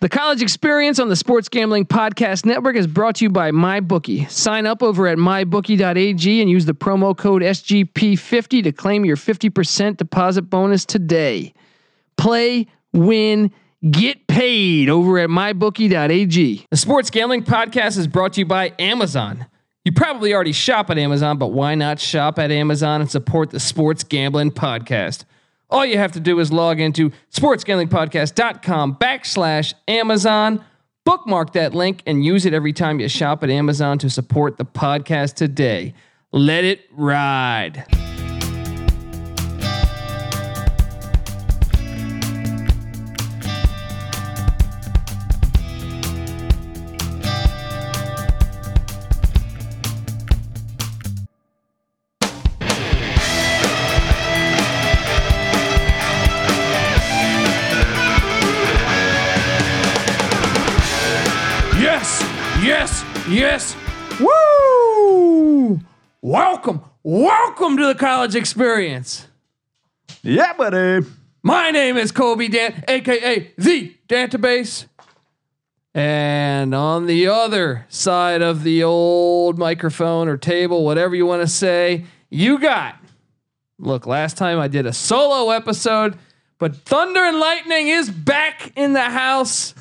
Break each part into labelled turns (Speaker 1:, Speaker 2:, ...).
Speaker 1: The college experience on the Sports Gambling Podcast Network is brought to you by MyBookie. Sign up over at mybookie.ag and use the promo code SGP50 to claim your 50% deposit bonus today. Play, win, get paid over at mybookie.ag. The Sports Gambling Podcast is brought to you by Amazon. You probably already shop at Amazon, but why not shop at Amazon and support the Sports Gambling Podcast? All you have to do is log into sportsgamblingpodcast.com backslash Amazon, bookmark that link, and use it every time you shop at Amazon to support the podcast today. Let it ride.
Speaker 2: Yes, yes, yes. Woo! Welcome, welcome to the college
Speaker 1: Experience.
Speaker 2: Yeah, buddy.
Speaker 1: My name is Kobe Dan, aka the Database. And on the other side of the old microphone or table, whatever you want to say, you got. Look, last time I did a solo episode, but Thunder and Lightning is back in the house.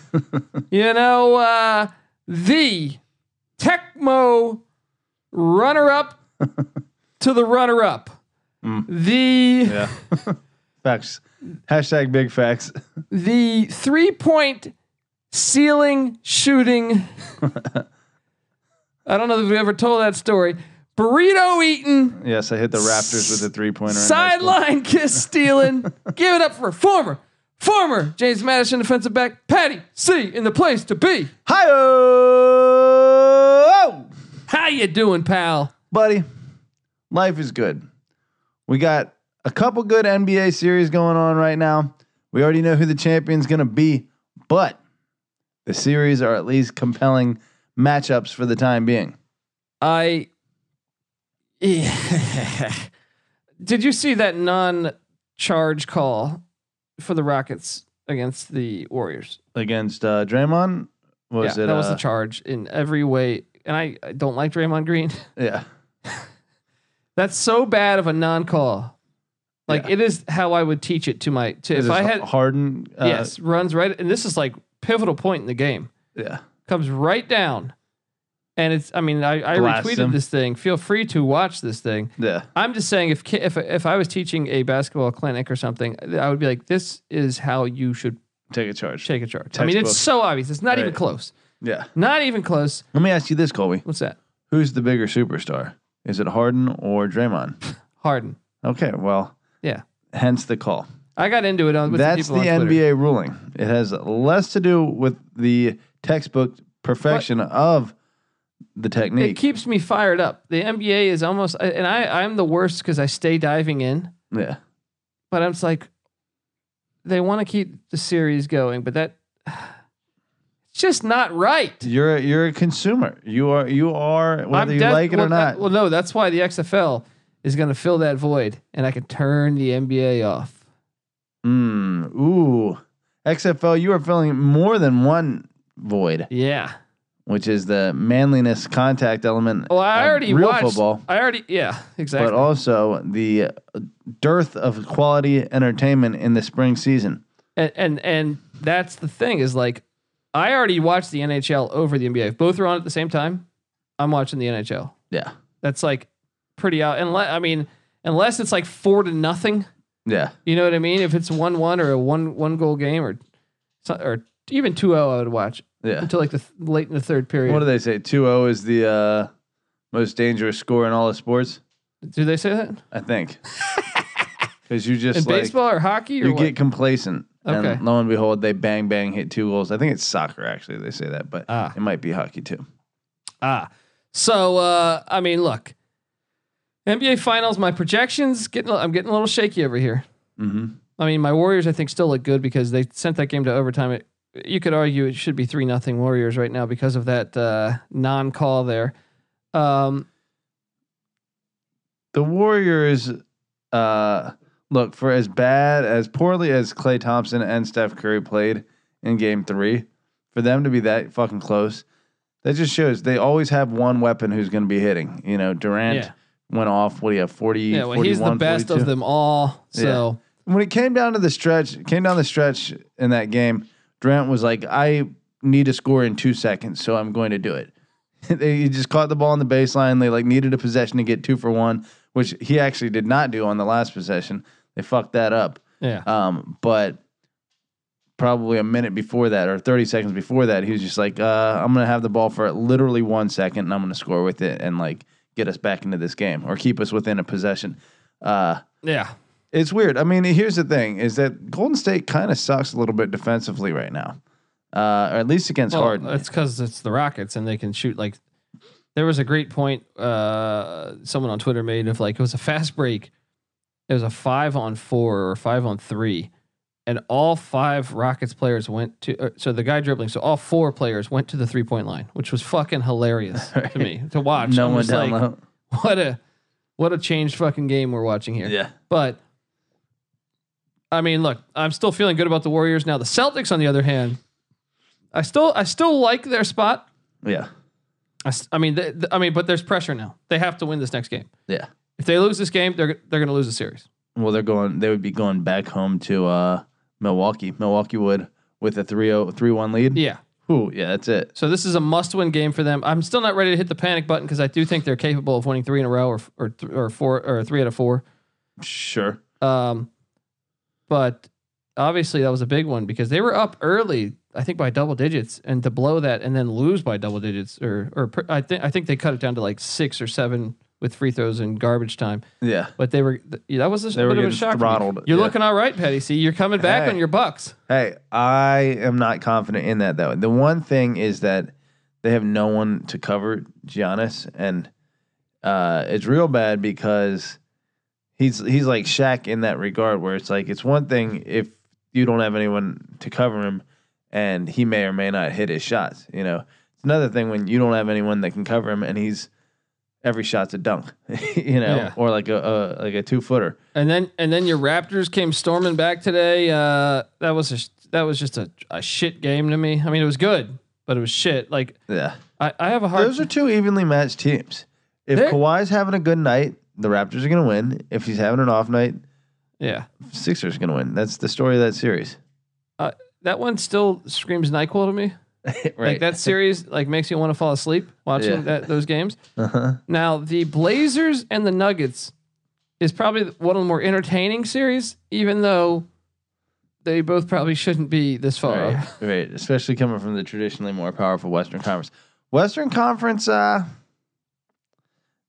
Speaker 1: you know, uh, the Tecmo runner up to the runner up. The.
Speaker 3: Yeah. facts. Hashtag big facts.
Speaker 1: the three point ceiling shooting. I don't know if we've ever told that story. Burrito eating,
Speaker 3: Yes, I hit the Raptors with a three pointer.
Speaker 1: sideline kiss stealing. Give it up for former, former James Madison defensive back, Patty C in the place to be.
Speaker 3: Hi,
Speaker 1: How you doing, pal?
Speaker 3: Oh! buddy. Life is good. We got a couple good NBA series going on right now. We already know who the champion's going to be, but the series are at least compelling matchups for the time being.
Speaker 1: I. Did you see that non charge call for the Rockets against the Warriors?
Speaker 3: Against uh, Draymond, what was
Speaker 1: yeah,
Speaker 3: it?
Speaker 1: that was the
Speaker 3: uh,
Speaker 1: charge in every way. And I, I don't like Draymond Green.
Speaker 3: yeah,
Speaker 1: That's so bad of a non-call. Like
Speaker 3: Yeah.
Speaker 1: it is how I would teach it to my to
Speaker 3: Is
Speaker 1: if
Speaker 3: this
Speaker 1: I had
Speaker 3: Harden. Uh,
Speaker 1: yes runs right and this is like pivotal point in the game
Speaker 3: yeah.
Speaker 1: comes right down, and it's I mean I, I
Speaker 3: Blast
Speaker 1: retweeted
Speaker 3: him.
Speaker 1: this thing. Feel free to watch this thing.
Speaker 3: Yeah.
Speaker 1: I'm just saying if ki- if if I was teaching a basketball clinic or something, I would be like this is how you should
Speaker 3: Take a charge.
Speaker 1: take a charge. I mean it's
Speaker 3: Textbook.
Speaker 1: so obvious. It's not even
Speaker 3: Right.
Speaker 1: close.
Speaker 3: Yeah.
Speaker 1: Not even close.
Speaker 3: Let me ask you this, Colby.
Speaker 1: What's that?
Speaker 3: Who's the bigger superstar? Is it Harden or Draymond?
Speaker 1: Harden.
Speaker 3: Okay, well,
Speaker 1: Yeah.
Speaker 3: hence the call.
Speaker 1: I got into it on with
Speaker 3: That's
Speaker 1: the,
Speaker 3: the,
Speaker 1: people on Twitter.
Speaker 3: NBA ruling. It has less to do with the textbook perfection of the
Speaker 1: It
Speaker 3: technique.
Speaker 1: keeps me fired up. The NBA is almost, and I I'm the worst because I stay diving in,
Speaker 3: yeah.
Speaker 1: but I'm just like, they want to keep the series going, but that it's just not right.
Speaker 3: You're a, you're a consumer. You are you are whether you
Speaker 1: def-
Speaker 3: like it
Speaker 1: well,
Speaker 3: or
Speaker 1: that-
Speaker 3: not.
Speaker 1: well, no, that's why the XFL is going to fill that void, and I can turn the NBA off.
Speaker 3: Mm, ooh. XFL, you are filling more than one void,
Speaker 1: Yeah.
Speaker 3: which is the manliness contact element.
Speaker 1: Well, I
Speaker 3: of
Speaker 1: already
Speaker 3: real
Speaker 1: watched.
Speaker 3: football.
Speaker 1: I already, yeah, exactly.
Speaker 3: but also the dearth of quality entertainment in the spring season.
Speaker 1: and and and that's the thing is like I already watched the NHL over the NBA. If both are on at the same time, I'm watching the NHL.
Speaker 3: Yeah.
Speaker 1: That's like pretty out. Unless I mean, unless it's like four to nothing,
Speaker 3: Yeah.
Speaker 1: you know what I mean? If it's one one or a one one goal game or so- or even 2-0 I would watch
Speaker 3: Yeah.
Speaker 1: until like the th- late in the third period.
Speaker 3: What do they say? 2-0 is the uh, most dangerous score in all of sports,
Speaker 1: Do they say that in
Speaker 3: I think. Cuz you just like
Speaker 1: baseball or hockey or
Speaker 3: you
Speaker 1: what?
Speaker 3: get complacent
Speaker 1: Okay.
Speaker 3: and lo and behold they bang bang hit two goals. I think it's soccer actually they say that, but
Speaker 1: Ah.
Speaker 3: it might be hockey too.
Speaker 1: Ah. So uh, I mean, look, NBA Finals. My projections getting I'm getting a little shaky over here.
Speaker 3: Mhm.
Speaker 1: I mean, my Warriors I think still look good because they sent that game to overtime. It, you could argue it should be three nothing Warriors right now because of that uh, non call there. Um,
Speaker 3: The Warriors uh look for as bad as poorly as Clay Thompson and Steph Curry played in game 3, for them to be that fucking close, that just shows they always have one weapon who's going to be hitting. You know, Durant
Speaker 1: Yeah.
Speaker 3: went off. What do you have? 40,
Speaker 1: Yeah, well, he's the
Speaker 3: 41,
Speaker 1: best
Speaker 3: 42?
Speaker 1: of them all. So
Speaker 3: when it came down to the stretch, it came down the stretch in that game, Durant was like, I need to score in two seconds, so I'm going to do it. they just caught the ball on the baseline. They like needed a possession to get two for one, which he actually did not do on the last possession. They fucked that up.
Speaker 1: yeah, Uh,
Speaker 3: Um, but probably a minute before that or 30 seconds before that, he was just like, uh, I'm going to have the ball for literally one second and I'm going to score with it and like get us back into this game or keep us within a possession. Uh,
Speaker 1: yeah,
Speaker 3: it's weird. I mean, here's the thing: is that Golden State kind of sucks a little bit defensively right now, uh, or at least against
Speaker 1: Well,
Speaker 3: Harden.
Speaker 1: Oh, It's because it's the Rockets and they can shoot like. There was a great point uh, someone on Twitter made of like it was a fast break. It was a five on four or five on three, and all five Rockets players went to. Uh, so the guy dribbling, so all four players went to the three point line, which was fucking hilarious to me to watch.
Speaker 3: no
Speaker 1: I'm
Speaker 3: one
Speaker 1: just
Speaker 3: down
Speaker 1: like,
Speaker 3: low.
Speaker 1: What a what a changed fucking game we're watching here.
Speaker 3: Yeah,
Speaker 1: But I mean, look, I'm still feeling good about the Warriors now. The Celtics, on the other hand, I still I still like their spot.
Speaker 3: yeah,
Speaker 1: I, s- I mean, th th- I mean, but there's pressure now. They have to win this next game.
Speaker 3: yeah.
Speaker 1: If they lose this game, they're they're going to lose the series.
Speaker 3: Well, they're going. They would be going back home to uh, Milwaukee. Milwaukee would with a 3-0, 3-1 lead.
Speaker 1: Yeah.
Speaker 3: Ooh, yeah, that's it.
Speaker 1: So this is a must-win game for them. I'm still not ready to hit the panic button because I do think they're capable of winning three in a row or f- or th- or four or three out of four.
Speaker 3: Sure.
Speaker 1: Um, but obviously that was a big one because they were up early, I think by double digits, and to blow that and then lose by double digits, or or pr- I think I think they cut it down to like six or seven with free throws and garbage time.
Speaker 3: Yeah.
Speaker 1: But they were th- yeah, that was a
Speaker 3: They were
Speaker 1: bit of a
Speaker 3: getting
Speaker 1: shock. to me.
Speaker 3: throttled,
Speaker 1: You're
Speaker 3: yeah.
Speaker 1: looking all right, Petty. See, you're coming back
Speaker 3: Hey.
Speaker 1: on your bucks.
Speaker 3: Hey, I am not confident in that though. The one thing is that they have no one to cover Giannis, and uh, it's real bad because he's he's like Shaq in that regard, where it's like it's one thing if you don't have anyone to cover him, and he may or may not hit his shots. You know, it's another thing when you don't have anyone that can cover him, and he's every shot's a dunk, you know,
Speaker 1: Yeah.
Speaker 3: or like a, a like a two footer.
Speaker 1: And then and then your Raptors came storming back today. Uh, that was a sh- that was just a, a shit game to me. I mean, it was good, but it was shit. Like
Speaker 3: Yeah.
Speaker 1: I, I have a hard
Speaker 3: Those are two evenly matched teams. If
Speaker 1: They're-
Speaker 3: Kawhi's having a good night, the Raptors are going to win. If he's having an off night,
Speaker 1: yeah.
Speaker 3: Sixers going to win. That's the story of that series.
Speaker 1: Uh, that one still screams Nyquil to me. Like that series, like makes you want to fall asleep watching
Speaker 3: Yeah.
Speaker 1: that, those games.
Speaker 3: uh-huh.
Speaker 1: Now the Blazers and the Nuggets is probably one of the more entertaining series, even though they both probably shouldn't be this far. up.
Speaker 3: Right. right. Especially coming from the traditionally more powerful Western Conference. Western Conference, uh,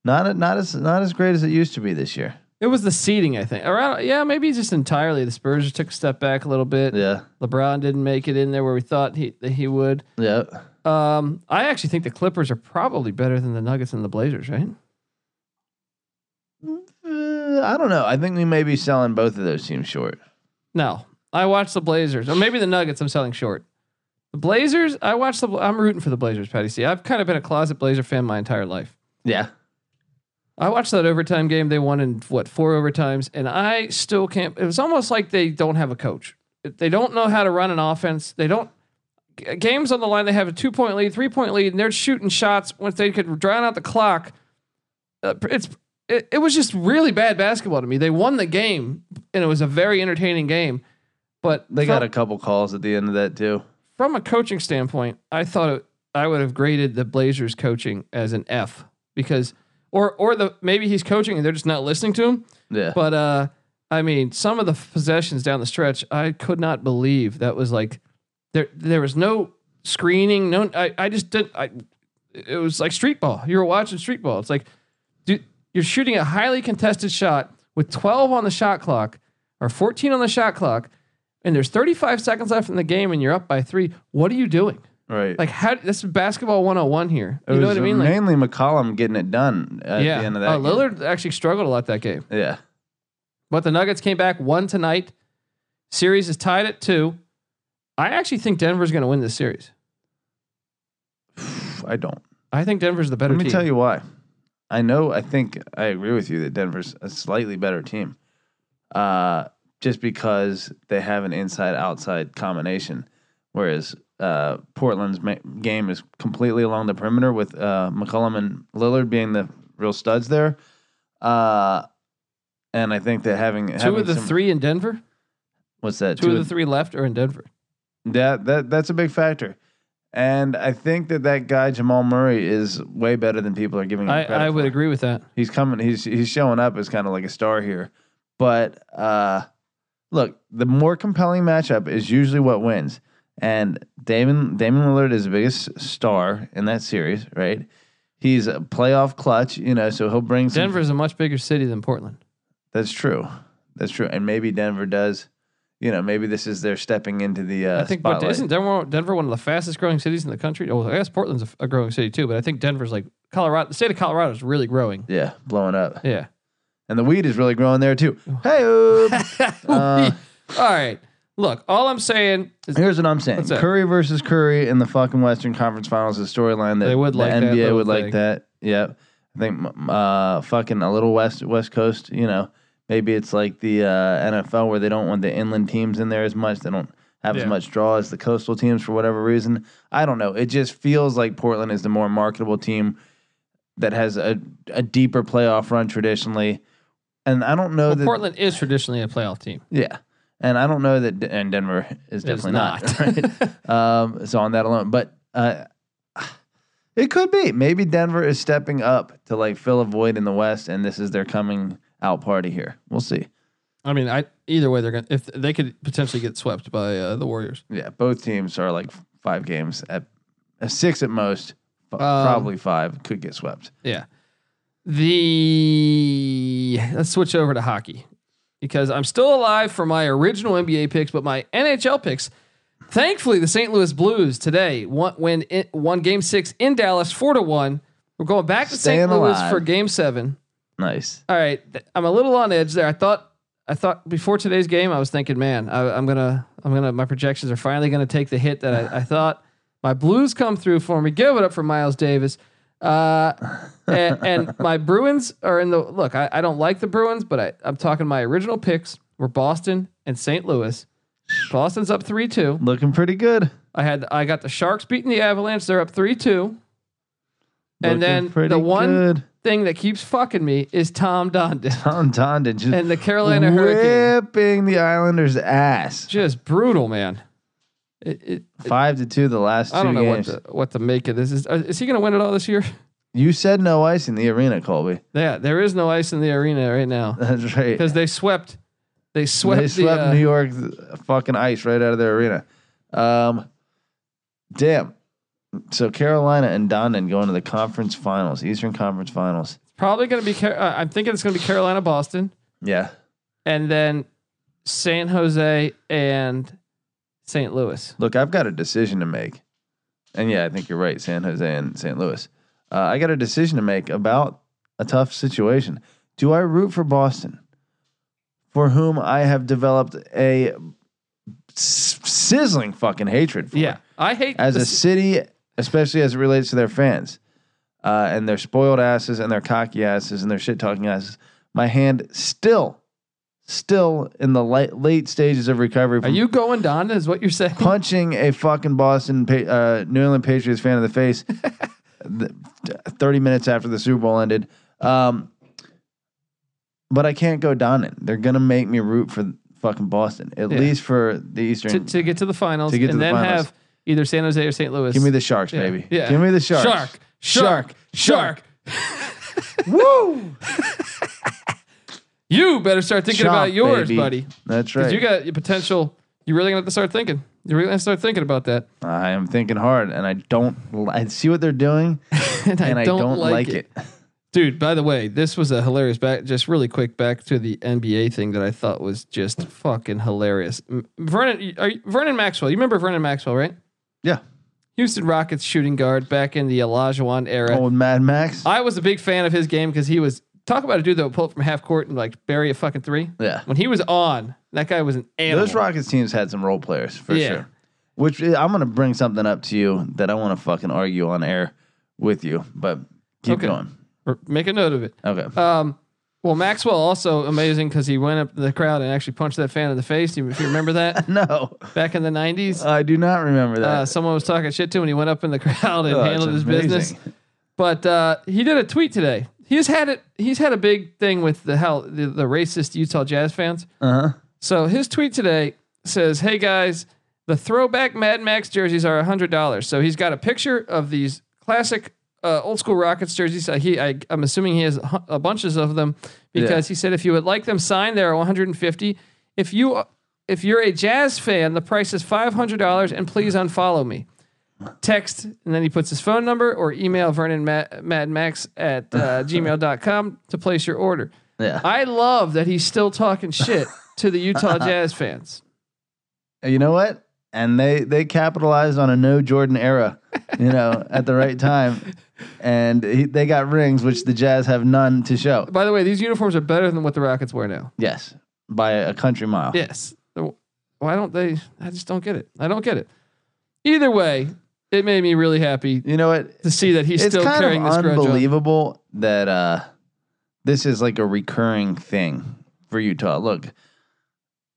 Speaker 3: not a- not as not as great as it used to be this year.
Speaker 1: It was the seeding, I think. Around, yeah, maybe just entirely. The Spurs took a step back a little bit.
Speaker 3: Yeah.
Speaker 1: LeBron didn't make it in there where we thought he that he would.
Speaker 3: Yeah.
Speaker 1: Um, I actually think the Clippers are probably better than the Nuggets and the Blazers, right?
Speaker 3: Uh, I don't know. I think we may be selling both of those teams short.
Speaker 1: No, I watch the Blazers, or maybe the Nuggets. I'm selling short. The Blazers. I watch the. I'm rooting for the Blazers, Patty. C. I've kind of been a closet Blazer fan my entire life.
Speaker 3: Yeah.
Speaker 1: I watched that overtime game they won in what four overtimes, and I still can't. It was almost like they don't have a coach. They don't know how to run an offense. They don't. g- Games on the line. They have a two point lead, three point lead, and they're shooting shots once they could drown out the clock. Uh, it's it, it was just really bad basketball to me. They won the game, and it was a very entertaining game. But
Speaker 3: They
Speaker 1: from,
Speaker 3: got a couple calls at the end of that too.
Speaker 1: from a coaching standpoint, I thought it, I would have graded the Blazers coaching as an F because, or or the maybe he's coaching and they're just not listening to him.
Speaker 3: Yeah.
Speaker 1: But uh, I mean, some of the possessions down the stretch, I could not believe that was like there. There was no screening. No, I, I just didn't. I, it was like street ball. You were watching street ball. It's like, dude, you're shooting a highly contested shot with 12 on the shot clock or 14 on the shot clock, and there's 35 seconds left in the game, and you're up by three. What are you doing?
Speaker 3: right.
Speaker 1: Like, how? This is basketball 101 here.
Speaker 3: It
Speaker 1: You know
Speaker 3: was
Speaker 1: what I mean? Like,
Speaker 3: mainly McCollum getting it done at
Speaker 1: yeah.
Speaker 3: the end of that.
Speaker 1: Uh,
Speaker 3: game.
Speaker 1: Lillard actually struggled a lot that game.
Speaker 3: Yeah.
Speaker 1: But the Nuggets came back one tonight. Series is tied at two. I actually think Denver's going to win this series.
Speaker 3: I don't.
Speaker 1: I think Denver's the better
Speaker 3: Let me
Speaker 1: team.
Speaker 3: tell you why. I know. I think I agree with you that Denver's a slightly better team, uh, just because they have an inside-outside combination, whereas uh, Portland's ma- game is completely along the perimeter with uh, McCollum and Lillard being the real studs there. Uh, and I think that having
Speaker 1: Two
Speaker 3: having
Speaker 1: of the
Speaker 3: some-
Speaker 1: three in Denver.
Speaker 3: what's that
Speaker 1: Two, of the three left are in Denver.
Speaker 3: that that that's a big factor. And I think that that guy Jamal Murray is way Mm, better than people are giving him
Speaker 1: I,
Speaker 3: credit
Speaker 1: I would
Speaker 3: for.
Speaker 1: agree with that.
Speaker 3: He's coming. He's he's showing up as kind of like a star here. But uh, look, the more compelling matchup is usually what wins. And Damon Damon Lillard is the biggest star in that series, right? He's a playoff clutch, you know, so he'll bring some.
Speaker 1: Denver's a much bigger city than Portland.
Speaker 3: That's true. That's true. And maybe Denver does, you know, maybe this is their stepping into the uh,
Speaker 1: I think,
Speaker 3: spotlight.
Speaker 1: but isn't Denver Denver one of the fastest growing cities in the country? Oh, I guess Portland's a, a growing city too, but I think Denver's like Colorado. The state of Colorado is really growing.
Speaker 3: yeah, blowing up.
Speaker 1: Yeah.
Speaker 3: And the weed is really growing there too. Hey, Uh,
Speaker 1: all right. Look, all I'm saying is
Speaker 3: Here's what I'm saying:
Speaker 1: What's that?
Speaker 3: Curry versus Curry in the fucking Western Conference Finals is a storyline that
Speaker 1: They would
Speaker 3: the
Speaker 1: like that
Speaker 3: NBA
Speaker 1: little
Speaker 3: would
Speaker 1: thing.
Speaker 3: like that. Yep. I think m- uh, fucking a little west West Coast. You know, maybe it's like the uh, NFL where they don't want the inland teams in there as much. They don't have
Speaker 1: Yeah.
Speaker 3: as much draw as the coastal teams for whatever reason. I don't know. It just feels like Portland is the more marketable team that has a a deeper playoff run traditionally. And I don't know
Speaker 1: well,
Speaker 3: that
Speaker 1: Portland is traditionally a playoff team.
Speaker 3: yeah. And I don't know that, and Denver is definitely not. right? um, so on that alone, but uh, it could be. Maybe Denver is stepping up to like fill a void in the West, and this is their coming out party here. We'll see.
Speaker 1: I mean, I either way they're gonna if they could potentially get swept by uh, the Warriors.
Speaker 3: Yeah, both teams are like five games at uh, six at most, f-
Speaker 1: Um,
Speaker 3: probably five. Could get swept.
Speaker 1: Yeah. The let's switch over to hockey because I'm still alive for my original NBA picks, but my NHL picks. Thankfully, the St. Louis Blues today won, win it, won Game Six in Dallas, four to one. We're going back to
Speaker 3: Staying
Speaker 1: St. Louis
Speaker 3: alive.
Speaker 1: for Game Seven.
Speaker 3: Nice.
Speaker 1: All right, th- I'm a little on edge there. I thought I thought before today's game, I was thinking, man, I, I'm gonna I'm gonna my projections are finally gonna take the hit that I, I thought. My Blues come through for me. Give it up for Miles Davis. Uh, and, and my Bruins are in the look. I, I don't like the Bruins, but I, I'm talking my original picks were Boston and St. Louis. Boston's up three two.
Speaker 3: Looking pretty good.
Speaker 1: I had I got the Sharks beating the Avalanche. They're up three two.
Speaker 3: Looking
Speaker 1: And then
Speaker 3: pretty
Speaker 1: the one
Speaker 3: good.
Speaker 1: thing that keeps fucking me is Tom Dundon
Speaker 3: Tom Dondon just
Speaker 1: and the Carolina Hurricane.
Speaker 3: whipping the Islanders' ass.
Speaker 1: Just brutal, man. It, it,
Speaker 3: Five to two the last two
Speaker 1: I don't know
Speaker 3: games.
Speaker 1: what to, what to make of this. Is uh, is he going to win it all this year?
Speaker 3: You said no ice in the arena, Colby.
Speaker 1: Yeah, there is no ice in the arena right now
Speaker 3: That's right.
Speaker 1: because they swept. They swept.
Speaker 3: they swept
Speaker 1: the, uh,
Speaker 3: New York fucking ice right out of their arena. Um, damn. So Carolina and Donovan going to the conference finals, Eastern Conference Finals.
Speaker 1: Probably going to be. Car- uh, I'm thinking it's going to be Carolina, Boston,
Speaker 3: Yeah,
Speaker 1: and then San Jose and St. Louis.
Speaker 3: look, I've got a decision to make, and yeah, I think you're right. San Jose and St. Louis. Uh, I got a decision to make about a tough situation. Do I root for Boston, for whom I have developed a s- sizzling fucking hatred for?
Speaker 1: Yeah, I hate
Speaker 3: as a
Speaker 1: this-
Speaker 3: city, especially as it relates to their fans uh, and their spoiled asses and their cocky asses and their shit talking asses. My hand still, still in the late, late stages of recovery
Speaker 1: Are
Speaker 3: from
Speaker 1: you going Donna? Is what you're saying?
Speaker 3: punching a fucking Boston Pa- uh, New England Patriots fan in the face th- thirty minutes after the Super Bowl ended. Um, but I can't go Donnan. They're gonna make me root for fucking Boston at
Speaker 1: Yeah.
Speaker 3: least for the Eastern.
Speaker 1: to, to get to the finals
Speaker 3: To get to
Speaker 1: and
Speaker 3: the
Speaker 1: then
Speaker 3: finals.
Speaker 1: have either San Jose or St. Louis.
Speaker 3: Give me the Sharks,
Speaker 1: Yeah.
Speaker 3: baby.
Speaker 1: Yeah.
Speaker 3: Give me the Sharks.
Speaker 1: Shark. Shark. Shark.
Speaker 3: Woo!
Speaker 1: You better start thinking
Speaker 3: Chomp,
Speaker 1: about yours,
Speaker 3: baby.
Speaker 1: buddy.
Speaker 3: That's
Speaker 1: Because
Speaker 3: right.
Speaker 1: you got your potential. You really gonna have to start thinking. You really gonna have to start thinking about that.
Speaker 3: I am thinking hard, and I don't. li- I see what they're doing,
Speaker 1: And I,
Speaker 3: and I
Speaker 1: don't, like, it.
Speaker 3: it.
Speaker 1: Dude, by the way, this was a hilarious back just really quick back to the NBA thing that I thought was just fucking hilarious. M- Vernon are you, Vernon Maxwell. You remember Vernon Maxwell, right?
Speaker 3: Yeah,
Speaker 1: Houston Rockets shooting guard back in the Olajuwon era.
Speaker 3: old Mad Max.
Speaker 1: I was a big fan of his game because he was talk about a dude that would pull up from half court and like bury a fucking three.
Speaker 3: Yeah,
Speaker 1: When he was on, that guy was an animal.
Speaker 3: those Rockets teams had some role players for
Speaker 1: Yeah.
Speaker 3: sure. Which uh, I'm gonna bring something up to you that I want to fucking argue on air with you, but keep
Speaker 1: Okay.
Speaker 3: going.
Speaker 1: Or Make a note of it.
Speaker 3: Okay,
Speaker 1: Um, Well, Maxwell also amazing because he went up to the crowd and actually punched that fan in the face. You- If you remember that
Speaker 3: No,
Speaker 1: back in the '90s,
Speaker 3: I do not remember that.
Speaker 1: uh, someone was talking shit to him and he went up in the crowd and
Speaker 3: Oh, that's
Speaker 1: handled his
Speaker 3: amazing.
Speaker 1: business. But uh, he did a tweet today. He's had it. He's had a big thing with the hell the, the racist Utah Jazz fans.
Speaker 3: Uh-huh.
Speaker 1: So his tweet today says, "Hey guys, the throwback Mad Max jerseys are hundred dollars." So he's got a picture of these classic, uh, old school Rockets jerseys. Uh, he, I, I'm assuming he has a hu- a bunches of them because he said if you would like them signed, they are 150. If you, if you're a Jazz fan, the price is $500, and please unfollow me. Text and then he puts his phone number or email Vernon Mad, Mad Max at uh, gmail.com to place your order.
Speaker 3: Yeah.
Speaker 1: I love that he's still talking shit to the Utah Jazz fans.
Speaker 3: you know what? And they they capitalized on a no Jordan era, you know, at the right time, and he, they got rings, which the Jazz have none to show.
Speaker 1: By the way, these uniforms are better than what the Rockets wear now.
Speaker 3: Yes, by a country mile.
Speaker 1: Yes. Why don't they? I just don't get it. I don't get it. Either way, it made me really happy
Speaker 3: You know what?
Speaker 1: to see that he's
Speaker 3: it's
Speaker 1: still
Speaker 3: kind
Speaker 1: carrying
Speaker 3: of
Speaker 1: this grudge. on.
Speaker 3: unbelievable that uh, this is like a recurring thing for Utah. Look,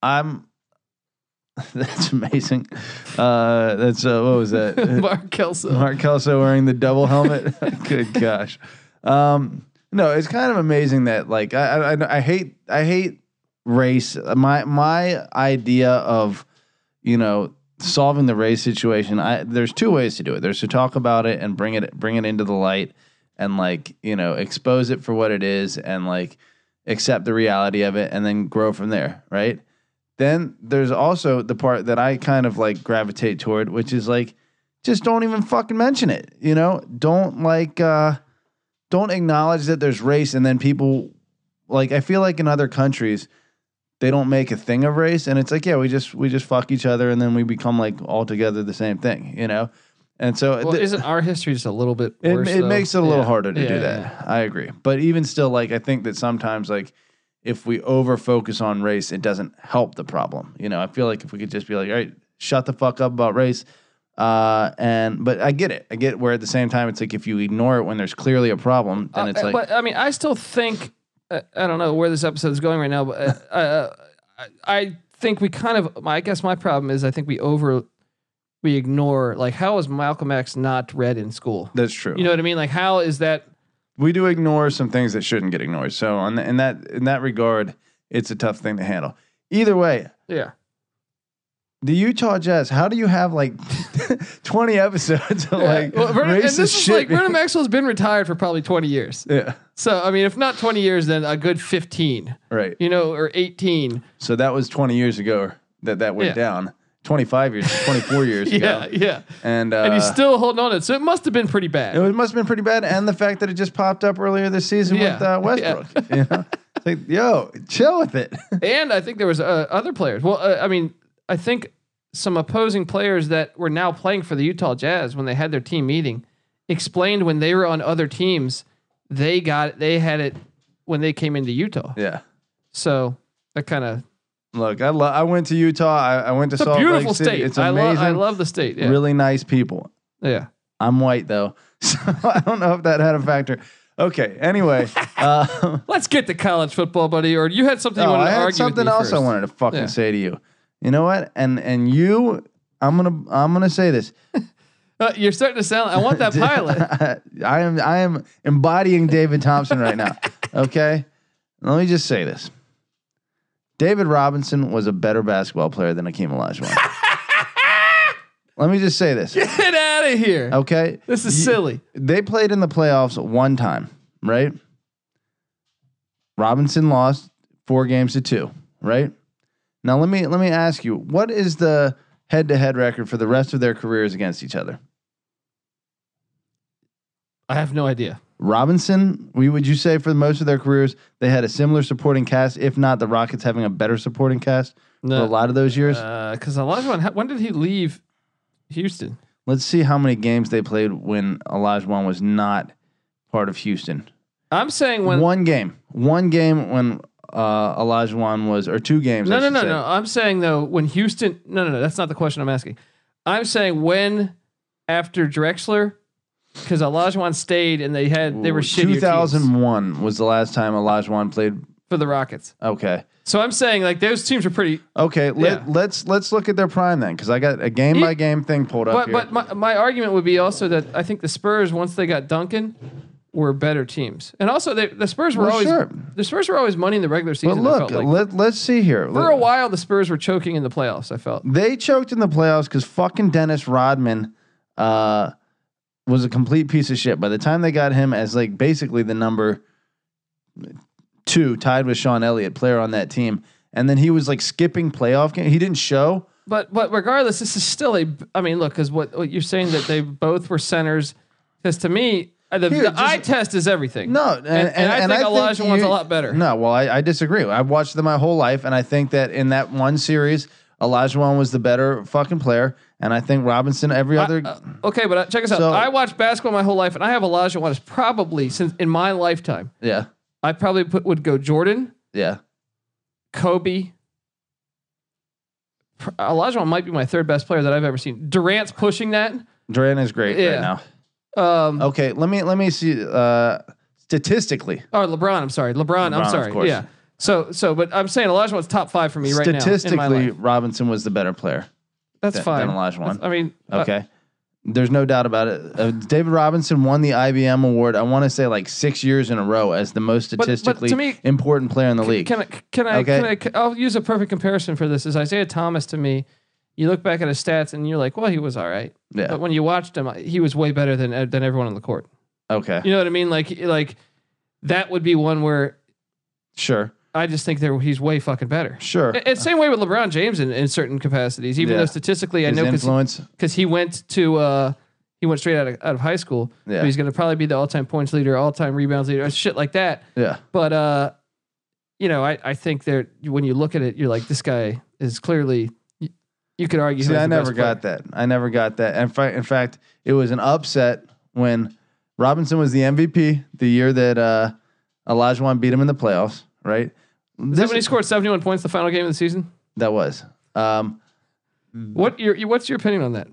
Speaker 3: I'm. That's amazing. Uh, that's uh, what was that?
Speaker 1: Mark Kelso.
Speaker 3: Mark Kelso wearing the double helmet. Good gosh. Um, no, it's kind of amazing that like I, I- I I hate I hate race. My my idea of you know solving the race situation. I there's two ways to do it. There's to talk about it and bring it bring it into the light and like you know expose it for what it is and like accept the reality of it and then grow from there. Right. Then there's also the part that I kind of like gravitate toward, which is like just don't even fucking mention it. You know, don't like, uh, don't acknowledge that there's race, and then people like I feel like in other countries they don't make a thing of race, and it's like yeah, we just we just fuck each other, and then we become like all together the same thing. You know, and so
Speaker 1: Well,
Speaker 3: th-
Speaker 1: isn't our history just a little bit
Speaker 3: it,
Speaker 1: worse?
Speaker 3: it
Speaker 1: though?
Speaker 3: makes it a little
Speaker 1: Yeah.
Speaker 3: harder to
Speaker 1: Yeah,
Speaker 3: do that.
Speaker 1: yeah.
Speaker 3: I agree, but even still, like I think that sometimes like. If we over focus on race, it doesn't help the problem. You know, I feel like if we could just be like, all right, shut the fuck up about race, uh, and but I get it. I get where at the same time it's like if you ignore it when there's clearly a problem, then it's
Speaker 1: Uh,
Speaker 3: like
Speaker 1: but I mean, I still think uh, I don't know where this episode is going right now, but uh, uh, I, I think we kind of. My, I guess my problem is I think we over we ignore like how is Malcolm X not read in school?
Speaker 3: that's true.
Speaker 1: You know what I mean? Like how is that?
Speaker 3: we do ignore some things that shouldn't get ignored. So on the, in that in that regard, it's a tough thing to handle. Either way,
Speaker 1: Yeah,
Speaker 3: the Utah Jazz. How do you have like twenty episodes of like
Speaker 1: Well, Vernon- and
Speaker 3: racist
Speaker 1: this is like
Speaker 3: shit?
Speaker 1: Vernon Maxwell's been retired for probably twenty years.
Speaker 3: yeah,
Speaker 1: So I mean, if not twenty years, then a good fifteen,
Speaker 3: right.
Speaker 1: you know, or eighteen.
Speaker 3: So that was twenty years ago that that went
Speaker 1: Yeah.
Speaker 3: down. Twenty five years, twenty four years
Speaker 1: Yeah,
Speaker 3: ago,
Speaker 1: yeah.
Speaker 3: and uh,
Speaker 1: And he's still holding on to it. So it must have been pretty bad.
Speaker 3: It must have been pretty bad, and the fact that it just popped up earlier this season with
Speaker 1: Yeah.
Speaker 3: uh, Westbrook. You know? It's like, yo, chill with it.
Speaker 1: and I think there was uh, other players. Well, uh, I mean, I think some opposing players that were now playing for the Utah Jazz when they had their team meeting explained when they were on other teams, they got they had it when they came into Utah.
Speaker 3: yeah.
Speaker 1: So that kind of
Speaker 3: Look, I lo- I went to Utah. I, I went to
Speaker 1: it's a
Speaker 3: Salt
Speaker 1: beautiful
Speaker 3: Lake City.
Speaker 1: state.
Speaker 3: It's
Speaker 1: I
Speaker 3: amazing.
Speaker 1: love I love the state. Yeah,
Speaker 3: Really nice people.
Speaker 1: yeah.
Speaker 3: I'm white though, so I don't know if that had a factor. Okay. Anyway, uh,
Speaker 1: Let's get to college football, buddy. Or you had something you
Speaker 3: No,
Speaker 1: wanted
Speaker 3: Oh, I
Speaker 1: to
Speaker 3: had
Speaker 1: argue
Speaker 3: something
Speaker 1: with me
Speaker 3: else I
Speaker 1: first.
Speaker 3: wanted to fucking
Speaker 1: Yeah.
Speaker 3: say to you. You know what? And and you, I'm gonna I'm gonna say this.
Speaker 1: Uh, you're starting to sound. I want that pilot.
Speaker 3: I am I am embodying David Thompson right now. Okay. Let me just say this. David Robinson was a better basketball player than Akeem Olajuwon. Let me just say this.
Speaker 1: Get out of here.
Speaker 3: Okay.
Speaker 1: This is
Speaker 3: You-
Speaker 1: silly.
Speaker 3: They played in the playoffs one time, right? Robinson lost four games to two, right? Now let me let me ask you, what is the head to head record for the rest of their careers against each other?
Speaker 1: I have no idea.
Speaker 3: Robinson, we would you say for most of their careers they had a similar supporting cast, if not the Rockets having a better supporting cast for
Speaker 1: No.
Speaker 3: a lot of those years.
Speaker 1: Because Olajuwon, when did he leave Houston?
Speaker 3: Let's see how many games they played when Olajuwon was not part of Houston.
Speaker 1: I'm saying when.
Speaker 3: one game, one game when uh, Olajuwon was, or two games. I
Speaker 1: no, no,
Speaker 3: should
Speaker 1: no,
Speaker 3: say.
Speaker 1: no. I'm saying though when Houston. No, no, no. That's not the question I'm asking. I'm saying when after Drexler, because Olajuwon stayed and they had they were shitty.
Speaker 3: 2001 was the last time Olajuwon played
Speaker 1: for the Rockets.
Speaker 3: Okay.
Speaker 1: So I'm saying like those teams are pretty.
Speaker 3: Okay. Let,
Speaker 1: Yeah.
Speaker 3: Let's let's look at their prime then, because I got a game
Speaker 1: You-
Speaker 3: by game thing pulled up
Speaker 1: But
Speaker 3: here.
Speaker 1: but my, my argument would be also that I think the Spurs once they got Duncan were better teams, and also they, the Spurs were
Speaker 3: Well,
Speaker 1: always
Speaker 3: sure.
Speaker 1: the Spurs were always money in the regular
Speaker 3: But
Speaker 1: season. I
Speaker 3: look,
Speaker 1: felt like.
Speaker 3: let let's see here.
Speaker 1: for a while the Spurs were choking in the playoffs. I felt
Speaker 3: They choked in the playoffs because fucking Dennis Rodman uh, was a complete piece of shit. By the time they got him as like basically the number two, tied with Sean Elliott, player on that team, and then he was like skipping playoff game. He didn't show.
Speaker 1: But but regardless, this is still a. I mean, look, because what, what you're saying that they both were centers. Because to me, uh, the,
Speaker 3: Here,
Speaker 1: the
Speaker 3: just-
Speaker 1: eye test is everything.
Speaker 3: No, and,
Speaker 1: and, and I think Elijah one's
Speaker 3: you-
Speaker 1: a lot better.
Speaker 3: No, well, I, I disagree. I've watched them my whole life, and I think that in that one series, Elijah one was the better fucking player, and I think Robinson every other.
Speaker 1: Uh, okay, but uh, check us out.
Speaker 3: So-
Speaker 1: I watched basketball my whole life, and I have Elijah one is probably since in my lifetime.
Speaker 3: yeah,
Speaker 1: I probably put would go Jordan,
Speaker 3: yeah.
Speaker 1: Kobe. Pr- Elijah one might be my third best player that I've ever seen. Durant's pushing that.
Speaker 3: Duran is great right
Speaker 1: Yeah.
Speaker 3: now.
Speaker 1: Um,
Speaker 3: Okay, let me let me see. Uh, statistically,
Speaker 1: Or LeBron. I'm sorry, LeBron.
Speaker 3: LeBron,
Speaker 1: I'm
Speaker 3: of
Speaker 1: sorry.
Speaker 3: course.
Speaker 1: Yeah. So so, but I'm saying Elijah one's top five for me right now. in my
Speaker 3: statistically,
Speaker 1: life.
Speaker 3: Robinson was the better player
Speaker 1: that's
Speaker 3: than,
Speaker 1: fine.
Speaker 3: than Olajuwon.
Speaker 1: I mean, uh,
Speaker 3: okay, there's no doubt about it. Uh, David Robinson won the IBM award. I want to say like six years in a row as the most
Speaker 1: but to
Speaker 3: statistically
Speaker 1: me-
Speaker 3: important player in the league.
Speaker 1: Can I? Can I?
Speaker 3: Okay.
Speaker 1: Can I? c- I'll use a perfect comparison for this. Is Isaiah Thomas to me? You look back at his stats and you're like, well, he was all right.
Speaker 3: Yeah.
Speaker 1: But when you watched him, he was way better than uh, than everyone on the court.
Speaker 3: okay,
Speaker 1: You know what I mean? Like like that would be one where
Speaker 3: sure,
Speaker 1: I just think there he's way fucking better.
Speaker 3: sure.
Speaker 1: And- And same way with LeBron James in, in certain capacities, even
Speaker 3: Yeah.
Speaker 1: though statistically I
Speaker 3: His
Speaker 1: know because
Speaker 3: influence.
Speaker 1: because he went to uh, he went straight out of, out of high school.
Speaker 3: Yeah.
Speaker 1: But he's going to probably be the all time points leader, all time rebounds leader, shit like that.
Speaker 3: yeah,
Speaker 1: But uh, you know, I I think there when you look at it, you're like, this guy is clearly. You, you could argue.
Speaker 3: See,
Speaker 1: who has
Speaker 3: I
Speaker 1: the
Speaker 3: never
Speaker 1: best player.
Speaker 3: got that. I never got that. In fact, in fact, it was an upset when Robinson was the MVP the year that uh, Olajuwon beat him in the playoffs. Right?
Speaker 1: Is that
Speaker 3: This-
Speaker 1: when he scored 71 points the final game of the season?
Speaker 3: that was. Um,
Speaker 1: What your your- what's your opinion on that?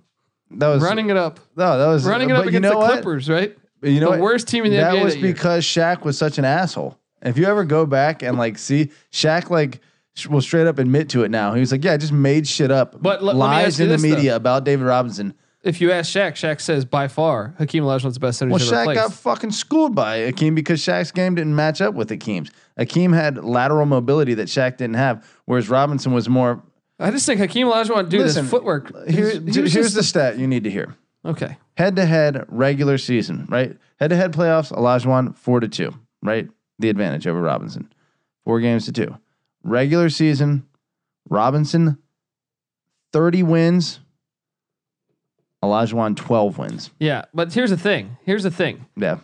Speaker 3: that was
Speaker 1: Running it up,
Speaker 3: No, that was
Speaker 1: running it up
Speaker 3: but
Speaker 1: against
Speaker 3: you know
Speaker 1: the
Speaker 3: what?
Speaker 1: Clippers, right?
Speaker 3: You know
Speaker 1: the
Speaker 3: what?
Speaker 1: worst team in the
Speaker 3: that
Speaker 1: NBA.
Speaker 3: was
Speaker 1: that year.
Speaker 3: because Shaq was such an asshole. If you ever go back and like see Shaq, like sh- will straight up admit to it now. He was like, "Yeah, I just made shit up."
Speaker 1: But let- let me ask
Speaker 3: lies
Speaker 1: you
Speaker 3: in the
Speaker 1: this, though.
Speaker 3: media about David Robinson.
Speaker 1: if you ask Shaq, Shaq says by far Hakeem Olajuwon's the best center
Speaker 3: Well,
Speaker 1: he's ever
Speaker 3: Shaq
Speaker 1: placed.
Speaker 3: got fucking schooled by Akeem because Shaq's game didn't match up with Akeem's. Akeem had lateral mobility that Shaq didn't have, whereas Robinson was more.
Speaker 1: I just think Hakeem Olajuwon, dude,
Speaker 3: Listen,
Speaker 1: his footwork.
Speaker 3: Here,
Speaker 1: he was
Speaker 3: here's
Speaker 1: just-
Speaker 3: the stat you need to hear:
Speaker 1: okay.
Speaker 3: head to head regular season, right? Head to head playoffs, Olajuwon four to two, right? The advantage over Robinson, four games to two. Regular season, Robinson thirty wins, Olajuwon twelve wins.
Speaker 1: Yeah, but here's the thing. Here's the thing.
Speaker 3: Yeah,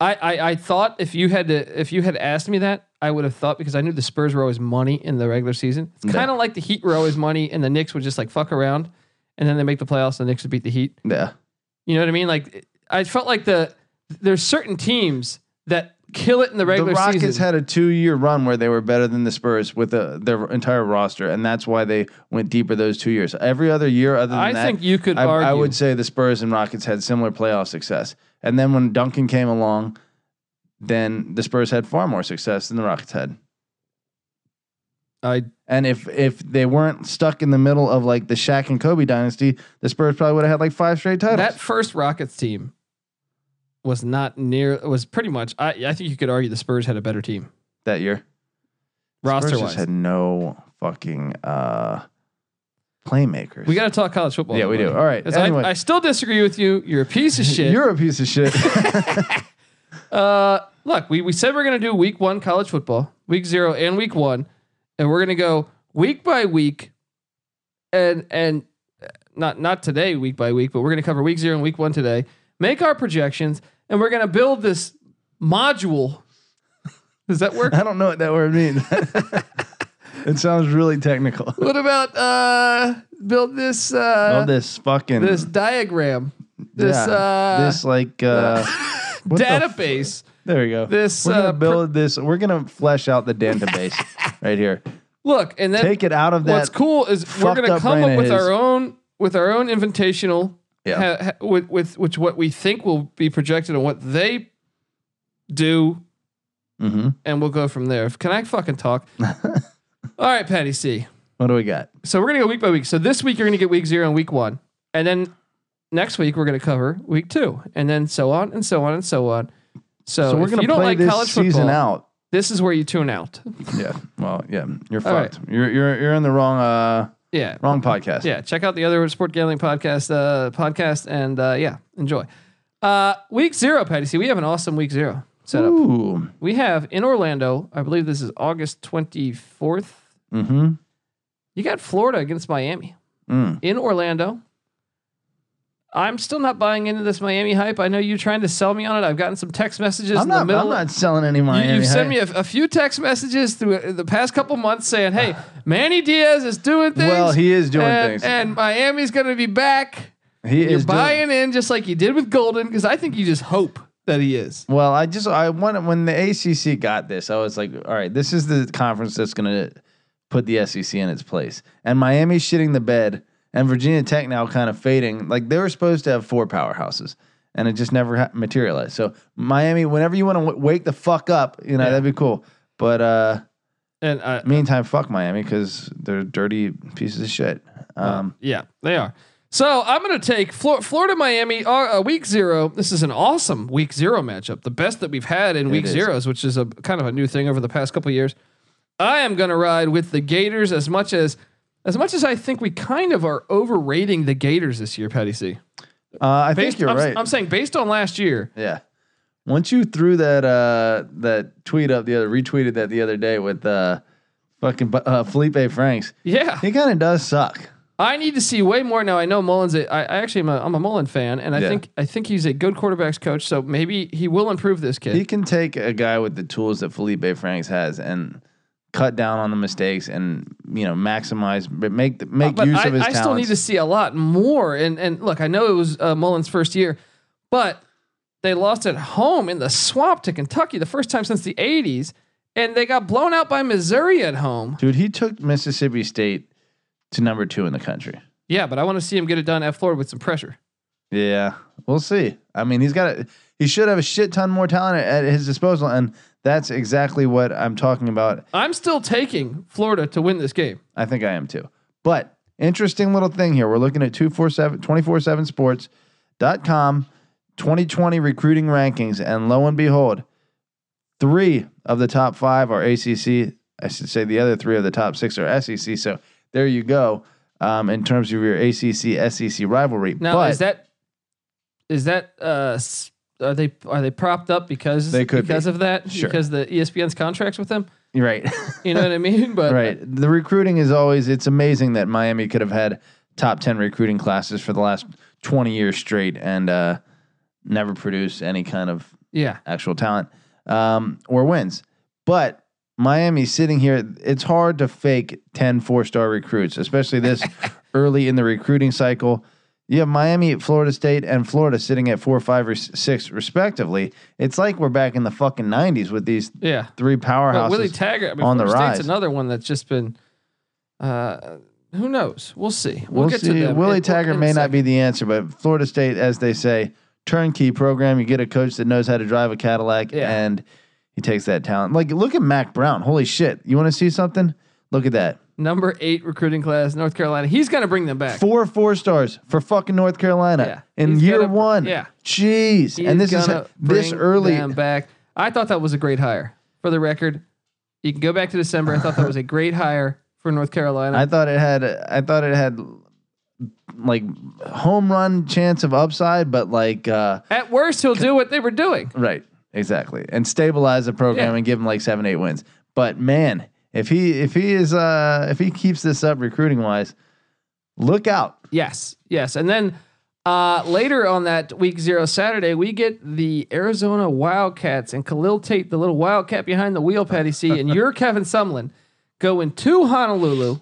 Speaker 1: I, I I thought if you had to if you had asked me that, I would have thought because I knew the Spurs were always money in the regular season. It's
Speaker 3: Yeah.
Speaker 1: kind of like the Heat were always money, and the Knicks would just like fuck around, and then they make the playoffs, and the Knicks would beat the Heat.
Speaker 3: yeah,
Speaker 1: You know what I mean? Like it- I felt like the there's certain teams that kill it in the regular
Speaker 3: the Rockets
Speaker 1: season.
Speaker 3: had a two-year run where they were better than the Spurs with uh their entire roster, and that's why they went deeper those two years. Every other year, other than
Speaker 1: I
Speaker 3: that,
Speaker 1: think you could
Speaker 3: I,
Speaker 1: argue.
Speaker 3: I would say the Spurs and Rockets had similar playoff success. And then when Duncan came along, then the Spurs had far more success than the Rockets had.
Speaker 1: I
Speaker 3: And if if they weren't stuck in the middle of like the Shaq and Kobe dynasty, the Spurs probably would have had like five straight titles.
Speaker 1: That first Rockets team was not near. Was pretty much. I I think you could argue the Spurs had a better team
Speaker 3: that year,
Speaker 1: roster
Speaker 3: Spurs
Speaker 1: wise.
Speaker 3: just had no fucking uh, playmakers.
Speaker 1: We got to talk college football.
Speaker 3: yeah, we do. All right.
Speaker 1: 'Cause I-
Speaker 3: Anyway,
Speaker 1: I, still disagree with you. You're a piece of shit.
Speaker 3: you're a piece of shit.
Speaker 1: uh, look, we, we said we're going to do week one college football, week zero and week one, and we're going to go week by week, and and uh, not not today week by week, but we're going to cover week zero and week one today. Make our projections, and we're going to build this module. Does that work?
Speaker 3: I don't know what that word means. it sounds really technical.
Speaker 1: What about uh build this
Speaker 3: Love
Speaker 1: uh
Speaker 3: this fucking
Speaker 1: this diagram, this
Speaker 3: yeah,
Speaker 1: uh
Speaker 3: this like uh, what the f-
Speaker 1: database,
Speaker 3: there you go.
Speaker 1: this
Speaker 3: we're
Speaker 1: uh
Speaker 3: gonna
Speaker 1: pr-
Speaker 3: build this. We're gonna flesh out the database right here.
Speaker 1: look and then
Speaker 3: Take it out of
Speaker 1: what's
Speaker 3: that.
Speaker 1: cool is we're
Speaker 3: fucked
Speaker 1: going to
Speaker 3: up
Speaker 1: come
Speaker 3: brain
Speaker 1: up
Speaker 3: of
Speaker 1: with
Speaker 3: his.
Speaker 1: our own with our own invitational
Speaker 3: Yeah.
Speaker 1: ha- ha- with with which what we think will be projected and what they do
Speaker 3: Mm-hmm.
Speaker 1: and we'll go from there. Can I fucking talk? All right, Patty C.
Speaker 3: What do we got?
Speaker 1: So we're gonna go week by week. So this week you're gonna get week zero and week one, and then next week we're gonna cover week two, and then so on and so on and so on. So,
Speaker 3: So we're
Speaker 1: Oh, if
Speaker 3: gonna
Speaker 1: you don't
Speaker 3: play
Speaker 1: like
Speaker 3: this
Speaker 1: college
Speaker 3: season
Speaker 1: football,
Speaker 3: out.
Speaker 1: This is where you tune out.
Speaker 3: Yeah. Well, yeah. You're
Speaker 1: All right.
Speaker 3: fucked. You're you're you're in the wrong uh
Speaker 1: Yeah,
Speaker 3: wrong podcast.
Speaker 1: yeah. Check out the other sport gambling podcast, uh, podcast, and uh, yeah, enjoy. Uh, week zero, Patty C. We have an awesome week zero setup.
Speaker 3: Ooh.
Speaker 1: We have in Orlando. I believe this is August twenty fourth.
Speaker 3: Mm-hmm.
Speaker 1: You got Florida against Miami.
Speaker 3: Mm.
Speaker 1: in Orlando. I'm still not buying into this Miami hype. I know you're trying to sell me on it. I've gotten some text messages
Speaker 3: I'm
Speaker 1: in the
Speaker 3: not.
Speaker 1: middle.
Speaker 3: I'm not selling any
Speaker 1: you,
Speaker 3: Miami.
Speaker 1: have sent
Speaker 3: hype.
Speaker 1: me a, a few text messages through uh, the past couple months saying, "Hey, Manny Diaz is doing things."
Speaker 3: well, he is doing
Speaker 1: and,
Speaker 3: things.
Speaker 1: and Miami's going to be back.
Speaker 3: he
Speaker 1: You're
Speaker 3: is doing,
Speaker 1: buying in just like you did with Golden because I think you just hope that he is.
Speaker 3: Well, I just I wanted when the ACC got this, I was like, all right, this is the conference that's going to put the SEC in its place. And Miami's shitting the bed, and Virginia Tech now kind of fading. Like they were supposed to have four powerhouses, and it just never ha- materialized. So Miami, whenever you want to w- wake the fuck up, you know
Speaker 1: Yeah.
Speaker 3: that'd be cool. But uh
Speaker 1: And I,
Speaker 3: meantime, fuck Miami because they're dirty pieces of shit. Um,
Speaker 1: Yeah, they are. So I'm going to take Flor- Florida, Miami, uh, uh, week zero. This is an awesome week zero matchup, the best that we've had in week
Speaker 3: is.
Speaker 1: zeros, which is a kind of a new thing over the past couple years. I am going to ride with the Gators as much as as much as I think we kind of are overrating the Gators this year, Patty C.
Speaker 3: uh, I think
Speaker 1: Based,
Speaker 3: you're
Speaker 1: I'm,
Speaker 3: right.
Speaker 1: I'm saying based on last year,
Speaker 3: Yeah. Once you threw that uh that tweet up the other retweeted that the other day with uh fucking uh, Felipe Franks,
Speaker 1: yeah,
Speaker 3: he kind of does suck.
Speaker 1: I need to see way more now. I know Mullins. a- I, I actually am a, I'm a Mullen fan, and I
Speaker 3: Yeah.
Speaker 1: think I think he's a good quarterbacks coach. So maybe he will improve this kid.
Speaker 3: He can take a guy with the tools that Felipe Franks has and cut down on the mistakes and you know maximize but make the, make
Speaker 1: but
Speaker 3: use
Speaker 1: I,
Speaker 3: of his
Speaker 1: I
Speaker 3: talents.
Speaker 1: still need to see a lot more. And and look, I know it was uh, Mullen's first year, but they lost at home in the swamp to Kentucky the first time since the '80s, and they got blown out by Missouri at home.
Speaker 3: Dude, he took Mississippi State to number 2 in the country.
Speaker 1: Yeah, but I want to see him get it done at Florida with some pressure.
Speaker 3: Yeah, we'll see. I mean, he's got a, he should have a shit ton more talent at his disposal and that's exactly what I'm talking about
Speaker 1: I'm still taking Florida to win this game.
Speaker 3: I think I am too. But interesting little thing here. We're looking at 247 247sports.com 2020 recruiting rankings and lo and behold, 3 of the top 5 are ACC. I should say the other 3 of the top 6 are SEC. So there you go. Um, in terms of your ACC SEC E rivalry.
Speaker 1: Now,
Speaker 3: but
Speaker 1: is that is that uh, s- are they are they propped up because
Speaker 3: They could
Speaker 1: because
Speaker 3: be.
Speaker 1: of that
Speaker 3: Sure.
Speaker 1: because the E ESPN's contracts with them?
Speaker 3: you're right.
Speaker 1: You know what I mean? But
Speaker 3: right. The recruiting is always it's amazing that Miami could have had top 10 recruiting classes for the last 20 years straight and uh never produce any kind of
Speaker 1: yeah,
Speaker 3: actual talent um, or wins. But Miami sitting here, it's hard to fake 10 four star recruits, especially this early in the recruiting cycle. You have Miami, Florida State, and Florida sitting at four, five, or s- six, respectively. It's like we're back in the fucking 90s with these
Speaker 1: yeah.
Speaker 3: three powerhouses.
Speaker 1: Well, Willie Taggart I mean,
Speaker 3: on the
Speaker 1: Florida State's
Speaker 3: rise.
Speaker 1: another one that's just been. Uh, who knows? We'll see. We'll,
Speaker 3: we'll
Speaker 1: get
Speaker 3: see.
Speaker 1: to them.
Speaker 3: Willie
Speaker 1: in-
Speaker 3: Taggart
Speaker 1: in a
Speaker 3: may not
Speaker 1: second.
Speaker 3: be the answer, but Florida State, as they say, turnkey program. You get a coach that knows how to drive a Cadillac,
Speaker 1: Yeah.
Speaker 3: and he takes that talent. Like, look at Mac Brown. Holy shit! You want to see something? Look at that.
Speaker 1: number eight recruiting class, North Carolina. He's going to bring them back.
Speaker 3: Four four stars for fucking North Carolina
Speaker 1: Yeah.
Speaker 3: in
Speaker 1: He's
Speaker 3: year
Speaker 1: gonna-
Speaker 3: one.
Speaker 1: yeah.
Speaker 3: Jeez.
Speaker 1: He's
Speaker 3: and this is
Speaker 1: gonna
Speaker 3: this
Speaker 1: bring
Speaker 3: early.
Speaker 1: them back. I thought that was a great hire. For the record, you can go back to December. I thought that was a great hire for North Carolina.
Speaker 3: I thought it had. I thought it had like home run chance of upside, but like. uh
Speaker 1: At worst, he'll do what they were doing.
Speaker 3: Right. Exactly. And stabilize the program
Speaker 1: Yeah.
Speaker 3: and give him like seven, eight wins. But man, if he if he is uh if he keeps this up recruiting wise, look out.
Speaker 1: Yes, yes. And then uh, later on that week zero Saturday, we get the Arizona Wildcats and Khalil Tate, the little Wildcat behind the wheel, Patty C, and your Kevin Sumlin going to Honolulu,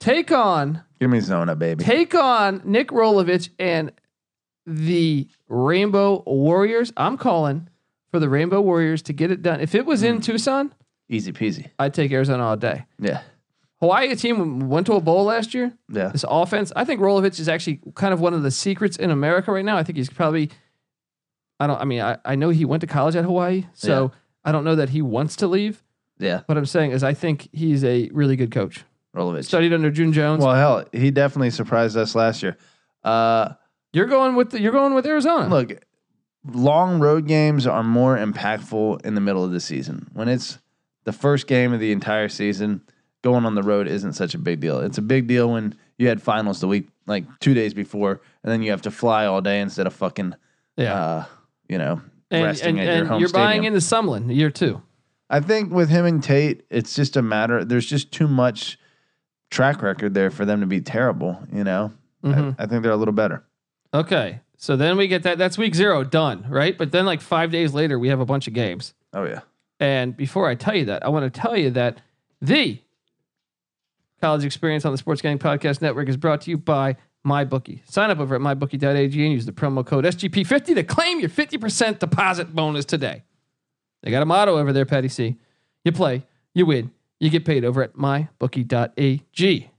Speaker 1: take on
Speaker 3: Give me Zona, baby.
Speaker 1: take on Nick Rolovich and the Rainbow Warriors. I'm calling for the Rainbow Warriors to get it done. If it was in Tucson,
Speaker 3: Easy peasy.
Speaker 1: I'd take Arizona all day.
Speaker 3: Yeah.
Speaker 1: Hawaii a team went to a bowl last year
Speaker 3: Yeah.
Speaker 1: this offense. I think Rolovich is actually kind of one of the secrets in America right now. I think he's probably, I don't, I mean, I, I know he went to college at Hawaii, so I don't know that he wants to leave.
Speaker 3: Yeah,
Speaker 1: What I'm saying is, I think he's a really good coach.
Speaker 3: Rolovich.
Speaker 1: Studied under June Jones.
Speaker 3: Well, hell, he definitely surprised us last year. Uh,
Speaker 1: you're going with the, you're going with Arizona.
Speaker 3: look, long road games are more impactful in the middle of the season. When it's the first game of the entire season, going on the road isn't such a big deal. It's a big deal when you had finals the week, like two days before, and then you have to fly all day instead of fucking,
Speaker 1: yeah,
Speaker 3: uh, you know,
Speaker 1: and, and,
Speaker 3: resting at
Speaker 1: and
Speaker 3: your home
Speaker 1: you're buying
Speaker 3: stadium.
Speaker 1: into Sumlin year two.
Speaker 3: I think with him and Tate, it's just a matter. There's just too much track record there for them to be terrible. You know, I-
Speaker 1: Mhm.
Speaker 3: I, think they're a little better.
Speaker 1: Okay, so then we get that. That's week zero done, right? But then like five days later, we have a bunch of games.
Speaker 3: Oh yeah,
Speaker 1: And before I tell you that, I want to tell you that the college experience on the Sports Gang Podcast Network is brought to you by MyBookie. Sign up over at mybookie.ag and use the promo code SGP50 to claim your 50% deposit bonus today. They got a motto over there, Patty C. You play, you win, you get paid over at mybookie.ag.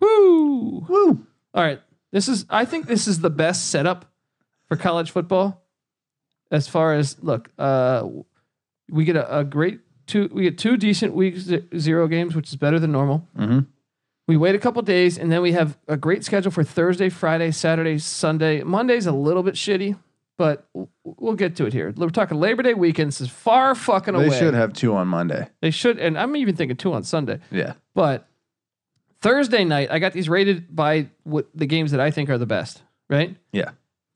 Speaker 1: Woo!
Speaker 3: woo.
Speaker 1: All right. This is I think this is the best setup for college football. As far as look, uh we get a, a great two we get two decent week ze- zero games, which is better than normal.
Speaker 3: hmm
Speaker 1: We wait a couple days and then we have a great schedule for Thursday, Friday, Saturday, Sunday. Monday's a little bit shitty, but w- we'll get to it here. We're talking Labor Day weekend. This is far fucking away.
Speaker 3: They should have two on Monday.
Speaker 1: They should and I'm even thinking two on Sunday.
Speaker 3: Yeah,
Speaker 1: But Thursday night, I got these rated by what the games that I think are the best. Right?
Speaker 3: yeah.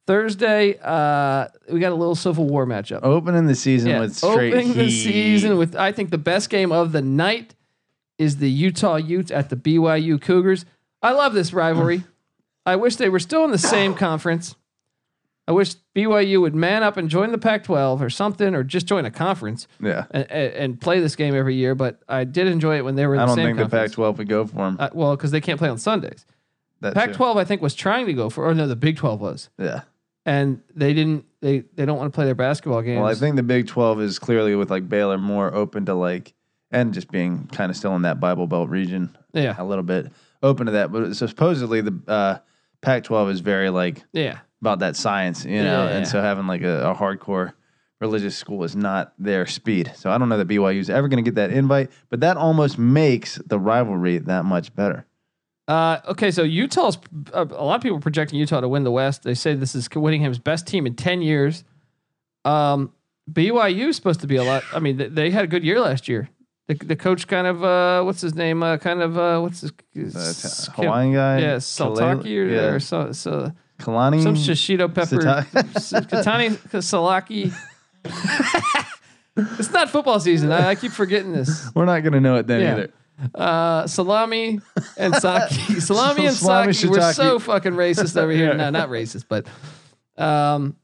Speaker 1: Thursday, uh, we got a little Civil War matchup.
Speaker 3: Opening the season
Speaker 1: Yeah,
Speaker 3: with straight
Speaker 1: opening the
Speaker 3: heat.
Speaker 1: season with I think the best game of the night is the Utah Utes at the BYU Cougars. I love this rivalry. I wish they were still in the same conference. I wish BYU would man up and join the Pac-12 or something, or just join a conference
Speaker 3: yeah.
Speaker 1: and, and, and play this game every year. But I did enjoy it when they were in
Speaker 3: I
Speaker 1: the
Speaker 3: don't
Speaker 1: same
Speaker 3: think the
Speaker 1: conference.
Speaker 3: Pac-12 would go for him.
Speaker 1: Uh, well, because they can't play on Sundays.
Speaker 3: That too.
Speaker 1: Pac-12, I think, was trying to go for, or no, the Big 12 was,
Speaker 3: Yeah.
Speaker 1: and they didn't. They they don't want to play their basketball games.
Speaker 3: Well, I think the Big 12 is clearly with like Baylor more open to like and just being kind of still in that Bible Belt region
Speaker 1: yeah,
Speaker 3: a little bit open to that. But supposedly the uh, Pac-12 is very like
Speaker 1: yeah,
Speaker 3: about that science, you know,
Speaker 1: Yeah.
Speaker 3: and so having like a, a hardcore religious school is not their speed. So I don't know that BYU is ever going to get that invite, but that almost makes the rivalry that much better.
Speaker 1: Uh, okay, so Utah's a a lot of people are projecting Utah to win the West. They say this is Whittingham's best team in ten years. Um, BYU is supposed to be a lot. I mean, they, they had a good year last year. The, the coach kind of uh, what's his name? Uh, kind of uh, what's his
Speaker 3: The t-
Speaker 1: can't-
Speaker 3: Hawaiian guy,
Speaker 1: Yeah,
Speaker 3: Kalele-
Speaker 1: Saltaki or,
Speaker 3: yeah,
Speaker 1: or so, so
Speaker 3: Kalani,
Speaker 1: some shishito pepper.
Speaker 3: Sita-
Speaker 1: S- Katani Salaki. it's not football season. I, I keep forgetting this.
Speaker 3: We're not going to know it then
Speaker 1: Yeah.
Speaker 3: either.
Speaker 1: Uh, salami and Saki. Salami and
Speaker 3: Salami,
Speaker 1: Saki. We're
Speaker 3: shiitake.
Speaker 1: so fucking racist over here.
Speaker 3: Yeah.
Speaker 1: No, not racist, but um,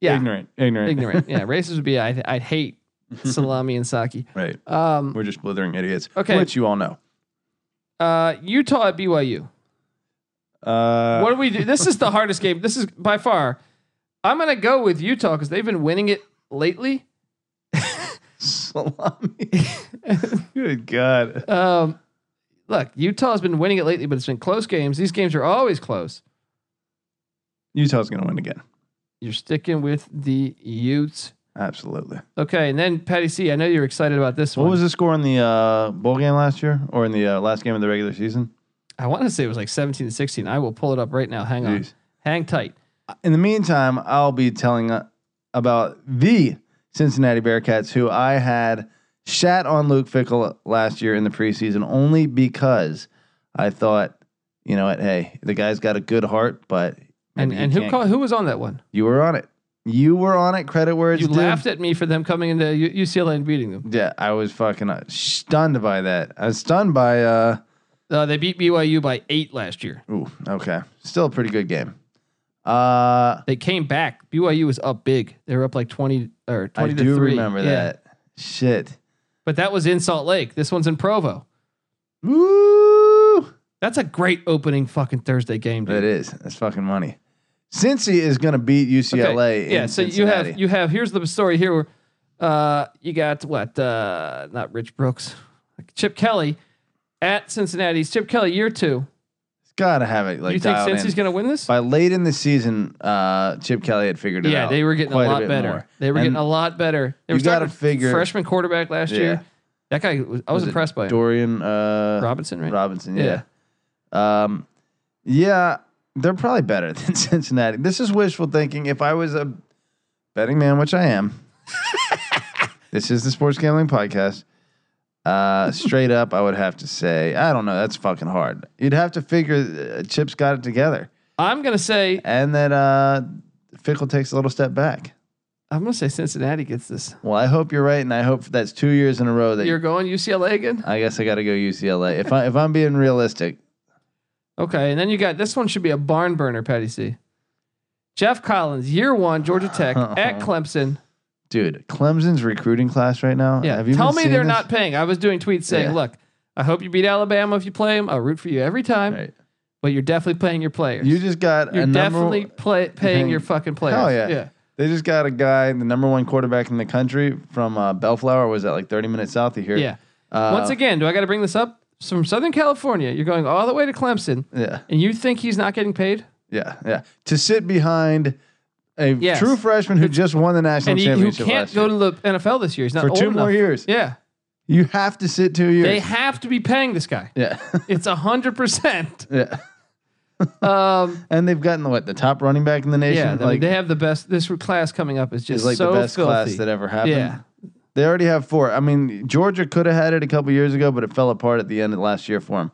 Speaker 1: yeah, ignorant.
Speaker 3: Ignorant, ignorant,
Speaker 1: Yeah, racist would be I, I'd hate salami and Saki.
Speaker 3: right.
Speaker 1: Um,
Speaker 3: We're just blithering idiots.
Speaker 1: Okay.
Speaker 3: Which you all know.
Speaker 1: uh, Utah at BYU.
Speaker 3: Uh,
Speaker 1: What do we do? This is the hardest game. This is by far. I'm gonna go with Utah because they've been winning it lately.
Speaker 3: salami? Good God.
Speaker 1: Um, look, Utah's been winning it lately, but it's been close games. These games are always close.
Speaker 3: Utah's going to win again.
Speaker 1: You're sticking with the Utes.
Speaker 3: Absolutely.
Speaker 1: Okay, and then Patty C, I know you're excited about this
Speaker 3: What
Speaker 1: one.
Speaker 3: was the score in the uh, bowl game last year or in the uh, last game of the regular season?
Speaker 1: I want to say it was like 17 to 16. I will pull it up right now. Hang on.
Speaker 3: Jeez.
Speaker 1: Hang tight.
Speaker 3: In the meantime, I'll be telling uh, about the Cincinnati Bearcats, who I had shat on Luke Fickle last year in the preseason only because I thought, you know what, hey, the guy's got a good heart, but
Speaker 1: And
Speaker 3: maybe he
Speaker 1: and who
Speaker 3: can't-
Speaker 1: call, who was on that one?
Speaker 3: You were on it. You were on it. Credit where it's
Speaker 1: You
Speaker 3: due.
Speaker 1: laughed at me for them coming into U- UCLA and beating them.
Speaker 3: Yeah, I was fucking uh, stunned by that. I was stunned by. uh
Speaker 1: Uh, they beat BYU by eight last year.
Speaker 3: Ooh, okay, still a pretty good game. Uh,
Speaker 1: They came back. BYU was up big. They were up like 20 or 20
Speaker 3: I
Speaker 1: to
Speaker 3: do
Speaker 1: three.
Speaker 3: remember
Speaker 1: Yeah.
Speaker 3: that. Shit.
Speaker 1: But that was in Salt Lake. This one's in Provo.
Speaker 3: Woo!
Speaker 1: That's a great opening fucking Thursday game, dude.
Speaker 3: That is. That's fucking money. Cincy is going to beat
Speaker 1: Okay.
Speaker 3: UCLA. in
Speaker 1: yeah, so
Speaker 3: Cincinnati.
Speaker 1: you have you have here's the story here. Where, uh, you got what? Uh, not Rich Brooks, Chip Kelly at Cincinnati. Chip Kelly, year two.
Speaker 3: gotta have it like
Speaker 1: you think
Speaker 3: dialed
Speaker 1: since
Speaker 3: in.
Speaker 1: he's going to win this?
Speaker 3: by late in the season, uh, Chip Kelly had figured it
Speaker 1: Yeah,
Speaker 3: out.
Speaker 1: they were getting a
Speaker 3: quite
Speaker 1: lot
Speaker 3: bit
Speaker 1: better.
Speaker 3: more.
Speaker 1: They were
Speaker 3: And
Speaker 1: getting a lot better. They
Speaker 3: you
Speaker 1: were starting
Speaker 3: gotta figure-
Speaker 1: freshman quarterback last
Speaker 3: Yeah.
Speaker 1: year. That guy, was, I was,
Speaker 3: Was it
Speaker 1: impressed by him.
Speaker 3: Dorian uh,
Speaker 1: Robinson, right?
Speaker 3: Robinson,
Speaker 1: Yeah.
Speaker 3: yeah. Um, yeah, they're probably better than Cincinnati. This is wishful thinking. If I was a betting man, which I am, this is the sports gambling podcast. Uh, straight up, I would have to say, I don't know. That's fucking hard. You'd have to figure uh, Chip's got it together,
Speaker 1: I'm going to say,
Speaker 3: and that uh, Fickle takes a little step back.
Speaker 1: I'm going to say Cincinnati gets this.
Speaker 3: Well, I hope you're right, and I hope that's two years in a row that
Speaker 1: You're going UCLA again?
Speaker 3: I guess I got to go UCLA. If I if I'm being realistic,
Speaker 1: Okay, and then you got this one should be a barn burner, Patty C. Jeff Collins, year one, Georgia Tech at Clemson.
Speaker 3: dude, Clemson's recruiting class right now.
Speaker 1: Yeah,
Speaker 3: Have you
Speaker 1: tell
Speaker 3: been
Speaker 1: me
Speaker 3: seeing
Speaker 1: they're
Speaker 3: this?
Speaker 1: not paying. I was doing tweets saying,
Speaker 3: Yeah.
Speaker 1: "Look, I hope you beat Alabama if you play them. I'll root for you every time,
Speaker 3: Right.
Speaker 1: but you're definitely playing your players.
Speaker 3: You just got
Speaker 1: you're
Speaker 3: a
Speaker 1: definitely
Speaker 3: number.
Speaker 1: play, paying your fucking players.
Speaker 3: Hell yeah.
Speaker 1: yeah,
Speaker 3: They just got a guy, the number one quarterback in the country from uh, Bellflower. Was that like 30 minutes south of here?
Speaker 1: yeah.
Speaker 3: Uh,
Speaker 1: Once again, do I got to bring this up? It's from Southern California. You're going all the way to Clemson,
Speaker 3: Yeah.
Speaker 1: and you think he's not getting paid?
Speaker 3: Yeah. Yeah. To sit behind a
Speaker 1: Yes.
Speaker 3: true freshman who just won the national
Speaker 1: And he, who
Speaker 3: championship
Speaker 1: can't
Speaker 3: last
Speaker 1: go
Speaker 3: year.
Speaker 1: to the NFL this year? He's not
Speaker 3: for
Speaker 1: old
Speaker 3: two
Speaker 1: enough.
Speaker 3: more years.
Speaker 1: Yeah,
Speaker 3: You have to sit two
Speaker 1: they
Speaker 3: years.
Speaker 1: have to be paying this guy.
Speaker 3: yeah.
Speaker 1: It's a hundred percent.
Speaker 3: yeah.
Speaker 1: Um,
Speaker 3: And they've gotten what the top running back in the nation.
Speaker 1: yeah, I mean,
Speaker 3: like
Speaker 1: they have the best. This class coming up is just
Speaker 3: is like
Speaker 1: so
Speaker 3: the best
Speaker 1: filthy.
Speaker 3: class that ever happened.
Speaker 1: Yeah.
Speaker 3: They already have four. I mean, Georgia could have had it a couple years ago, but it fell apart at the end of last year for them.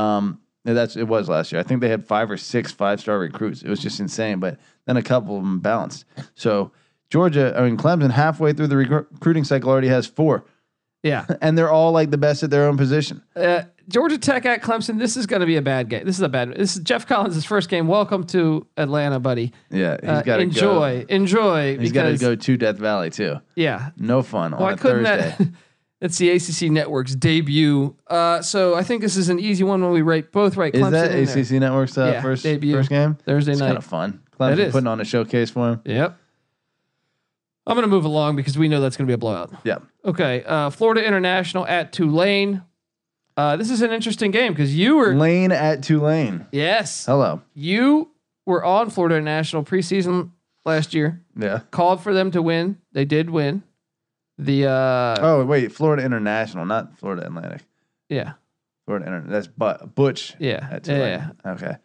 Speaker 3: Um, that's it was last year. I think they had five or six five star recruits. It was just insane. But then a couple of them bounced. So Georgia, I mean Clemson, halfway through the recru- recruiting cycle already has four,
Speaker 1: yeah.
Speaker 3: and they're all like the best at their own position.
Speaker 1: Uh, Georgia Tech at Clemson. This is going to be a bad game. This is a bad. This is Jeff Collins' first game. Welcome to Atlanta, buddy.
Speaker 3: Yeah, he's
Speaker 1: Uh,
Speaker 3: got to
Speaker 1: enjoy, enjoy.
Speaker 3: Go, he's got to
Speaker 1: because,
Speaker 3: go to Death Valley too.
Speaker 1: Yeah.
Speaker 3: No fun on
Speaker 1: Why
Speaker 3: a
Speaker 1: couldn't
Speaker 3: Thursday.
Speaker 1: that? That's the ACC network's debut. Uh, so I think this is an easy one when we rate both right.
Speaker 3: Is
Speaker 1: Clemson
Speaker 3: that
Speaker 1: in there.
Speaker 3: ACC Network's uh,
Speaker 1: Yeah,
Speaker 3: first
Speaker 1: debut.
Speaker 3: first game?
Speaker 1: Thursday
Speaker 3: It's
Speaker 1: night?
Speaker 3: kind of fun.
Speaker 1: It
Speaker 3: Clemson
Speaker 1: is.
Speaker 3: putting on a showcase for him.
Speaker 1: Yep. I'm going to move along because we know that's going to be a blowout.
Speaker 3: Yeah.
Speaker 1: Okay, uh, Florida International at Tulane. Uh, this is an interesting game because you were
Speaker 3: Lane at Tulane.
Speaker 1: yes,
Speaker 3: Hello.
Speaker 1: you were on Florida International preseason last year.
Speaker 3: Yeah.
Speaker 1: Called for them to win. They did win. The uh,
Speaker 3: Oh wait, Florida International, not Florida Atlantic.
Speaker 1: yeah,
Speaker 3: Florida Inter- that's but Butch
Speaker 1: yeah,
Speaker 3: at
Speaker 1: yeah,
Speaker 3: Tulane. Okay.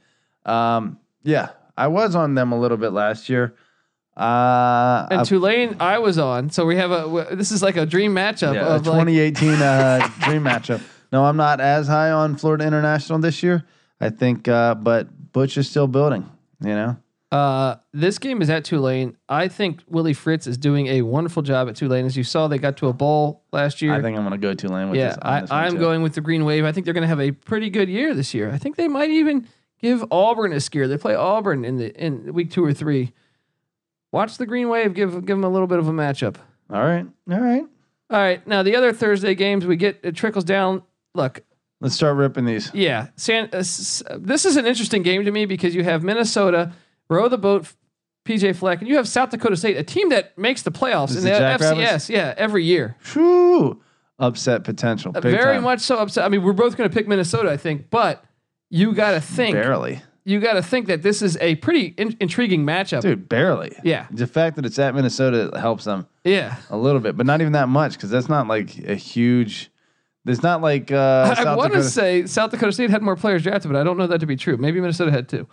Speaker 3: Um. Yeah, I was on them a little bit last year. Uh,
Speaker 1: And
Speaker 3: I-
Speaker 1: Tulane, I was on. So we have a w- this is like a dream matchup
Speaker 3: yeah, a
Speaker 1: of like
Speaker 3: 2018 uh, dream matchup. No, I'm not as high on Florida International this year. I think, uh, but Butch is still building. You know,
Speaker 1: Uh, this game is at Tulane. I think Willie Fritz is doing a wonderful job at Tulane. As you saw, they got to a bowl last year.
Speaker 3: I think I'm gonna go Tulane with
Speaker 1: yeah,
Speaker 3: this. on
Speaker 1: I,
Speaker 3: this one,
Speaker 1: I'm
Speaker 3: too.
Speaker 1: going with the Green Wave. I think they're going to have a pretty good year this year. I think they might even give Auburn a scare. They play Auburn in the in week two or three. Watch the Green Wave give give them a little bit of a matchup.
Speaker 3: All right, all right.
Speaker 1: All right, now the other Thursday games we get it trickles down. Look,
Speaker 3: Let's start ripping these.
Speaker 1: yeah, San, uh, s- this is an interesting game to me because you have Minnesota row the boat, PJ Fleck, and you have South Dakota State, a team that makes the playoffs in
Speaker 3: the
Speaker 1: the FCS,
Speaker 3: Jackrabbits?
Speaker 1: yeah, every year.
Speaker 3: Whew, upset potential. Big
Speaker 1: Very
Speaker 3: time.
Speaker 1: much so upset. I mean, we're both going to pick Minnesota, I think, but you got to think,
Speaker 3: barely,
Speaker 1: you got to think that this is a pretty in- intriguing matchup.
Speaker 3: dude, barely.
Speaker 1: Yeah,
Speaker 3: The fact that it's at Minnesota helps them
Speaker 1: yeah.
Speaker 3: a little bit, but not even that much because that's not like a huge. There's not like uh,
Speaker 1: I
Speaker 3: South
Speaker 1: want to
Speaker 3: Dakota.
Speaker 1: say South Dakota State had more players drafted, but I don't know that to be true. Maybe Minnesota had two.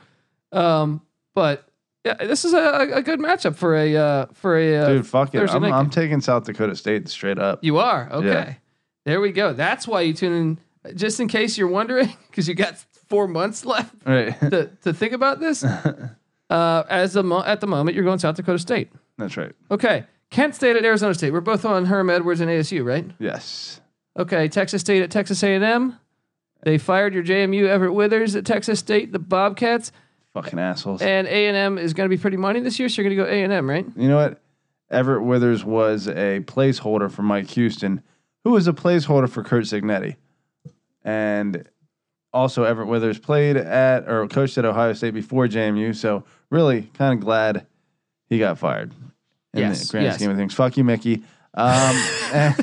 Speaker 1: Um, but yeah, this is a, a good matchup for a uh, for a uh,
Speaker 3: dude, fuck it.
Speaker 1: Thursday
Speaker 3: I'm,
Speaker 1: night
Speaker 3: I'm
Speaker 1: game.
Speaker 3: taking South Dakota State straight up.
Speaker 1: You are okay.
Speaker 3: Yeah.
Speaker 1: There we go. That's why you tune in. Just in case you're wondering, because you got four months left
Speaker 3: Right.
Speaker 1: to, to think about this. Uh, as a mo- at the moment, you're going South Dakota State.
Speaker 3: that's right.
Speaker 1: Okay, Kent State at Arizona State. We're both on Herm Edwards and ASU, right?
Speaker 3: Yes.
Speaker 1: Okay, Texas State at Texas A&M. They fired your JMU Everett Withers at Texas State, the Bobcats,
Speaker 3: Fucking assholes.
Speaker 1: and A&M is going to be pretty money this year. So you're going to go A&M, right?
Speaker 3: you know what? Everett Withers was a placeholder for Mike Houston, who was a placeholder for Kurt Signetti. And also, Everett Withers played at or coached at Ohio State before JMU. So, really kind of glad he got fired in
Speaker 1: Yes,
Speaker 3: the grand
Speaker 1: yes.
Speaker 3: scheme of things. Fuck you, Mickey. Um,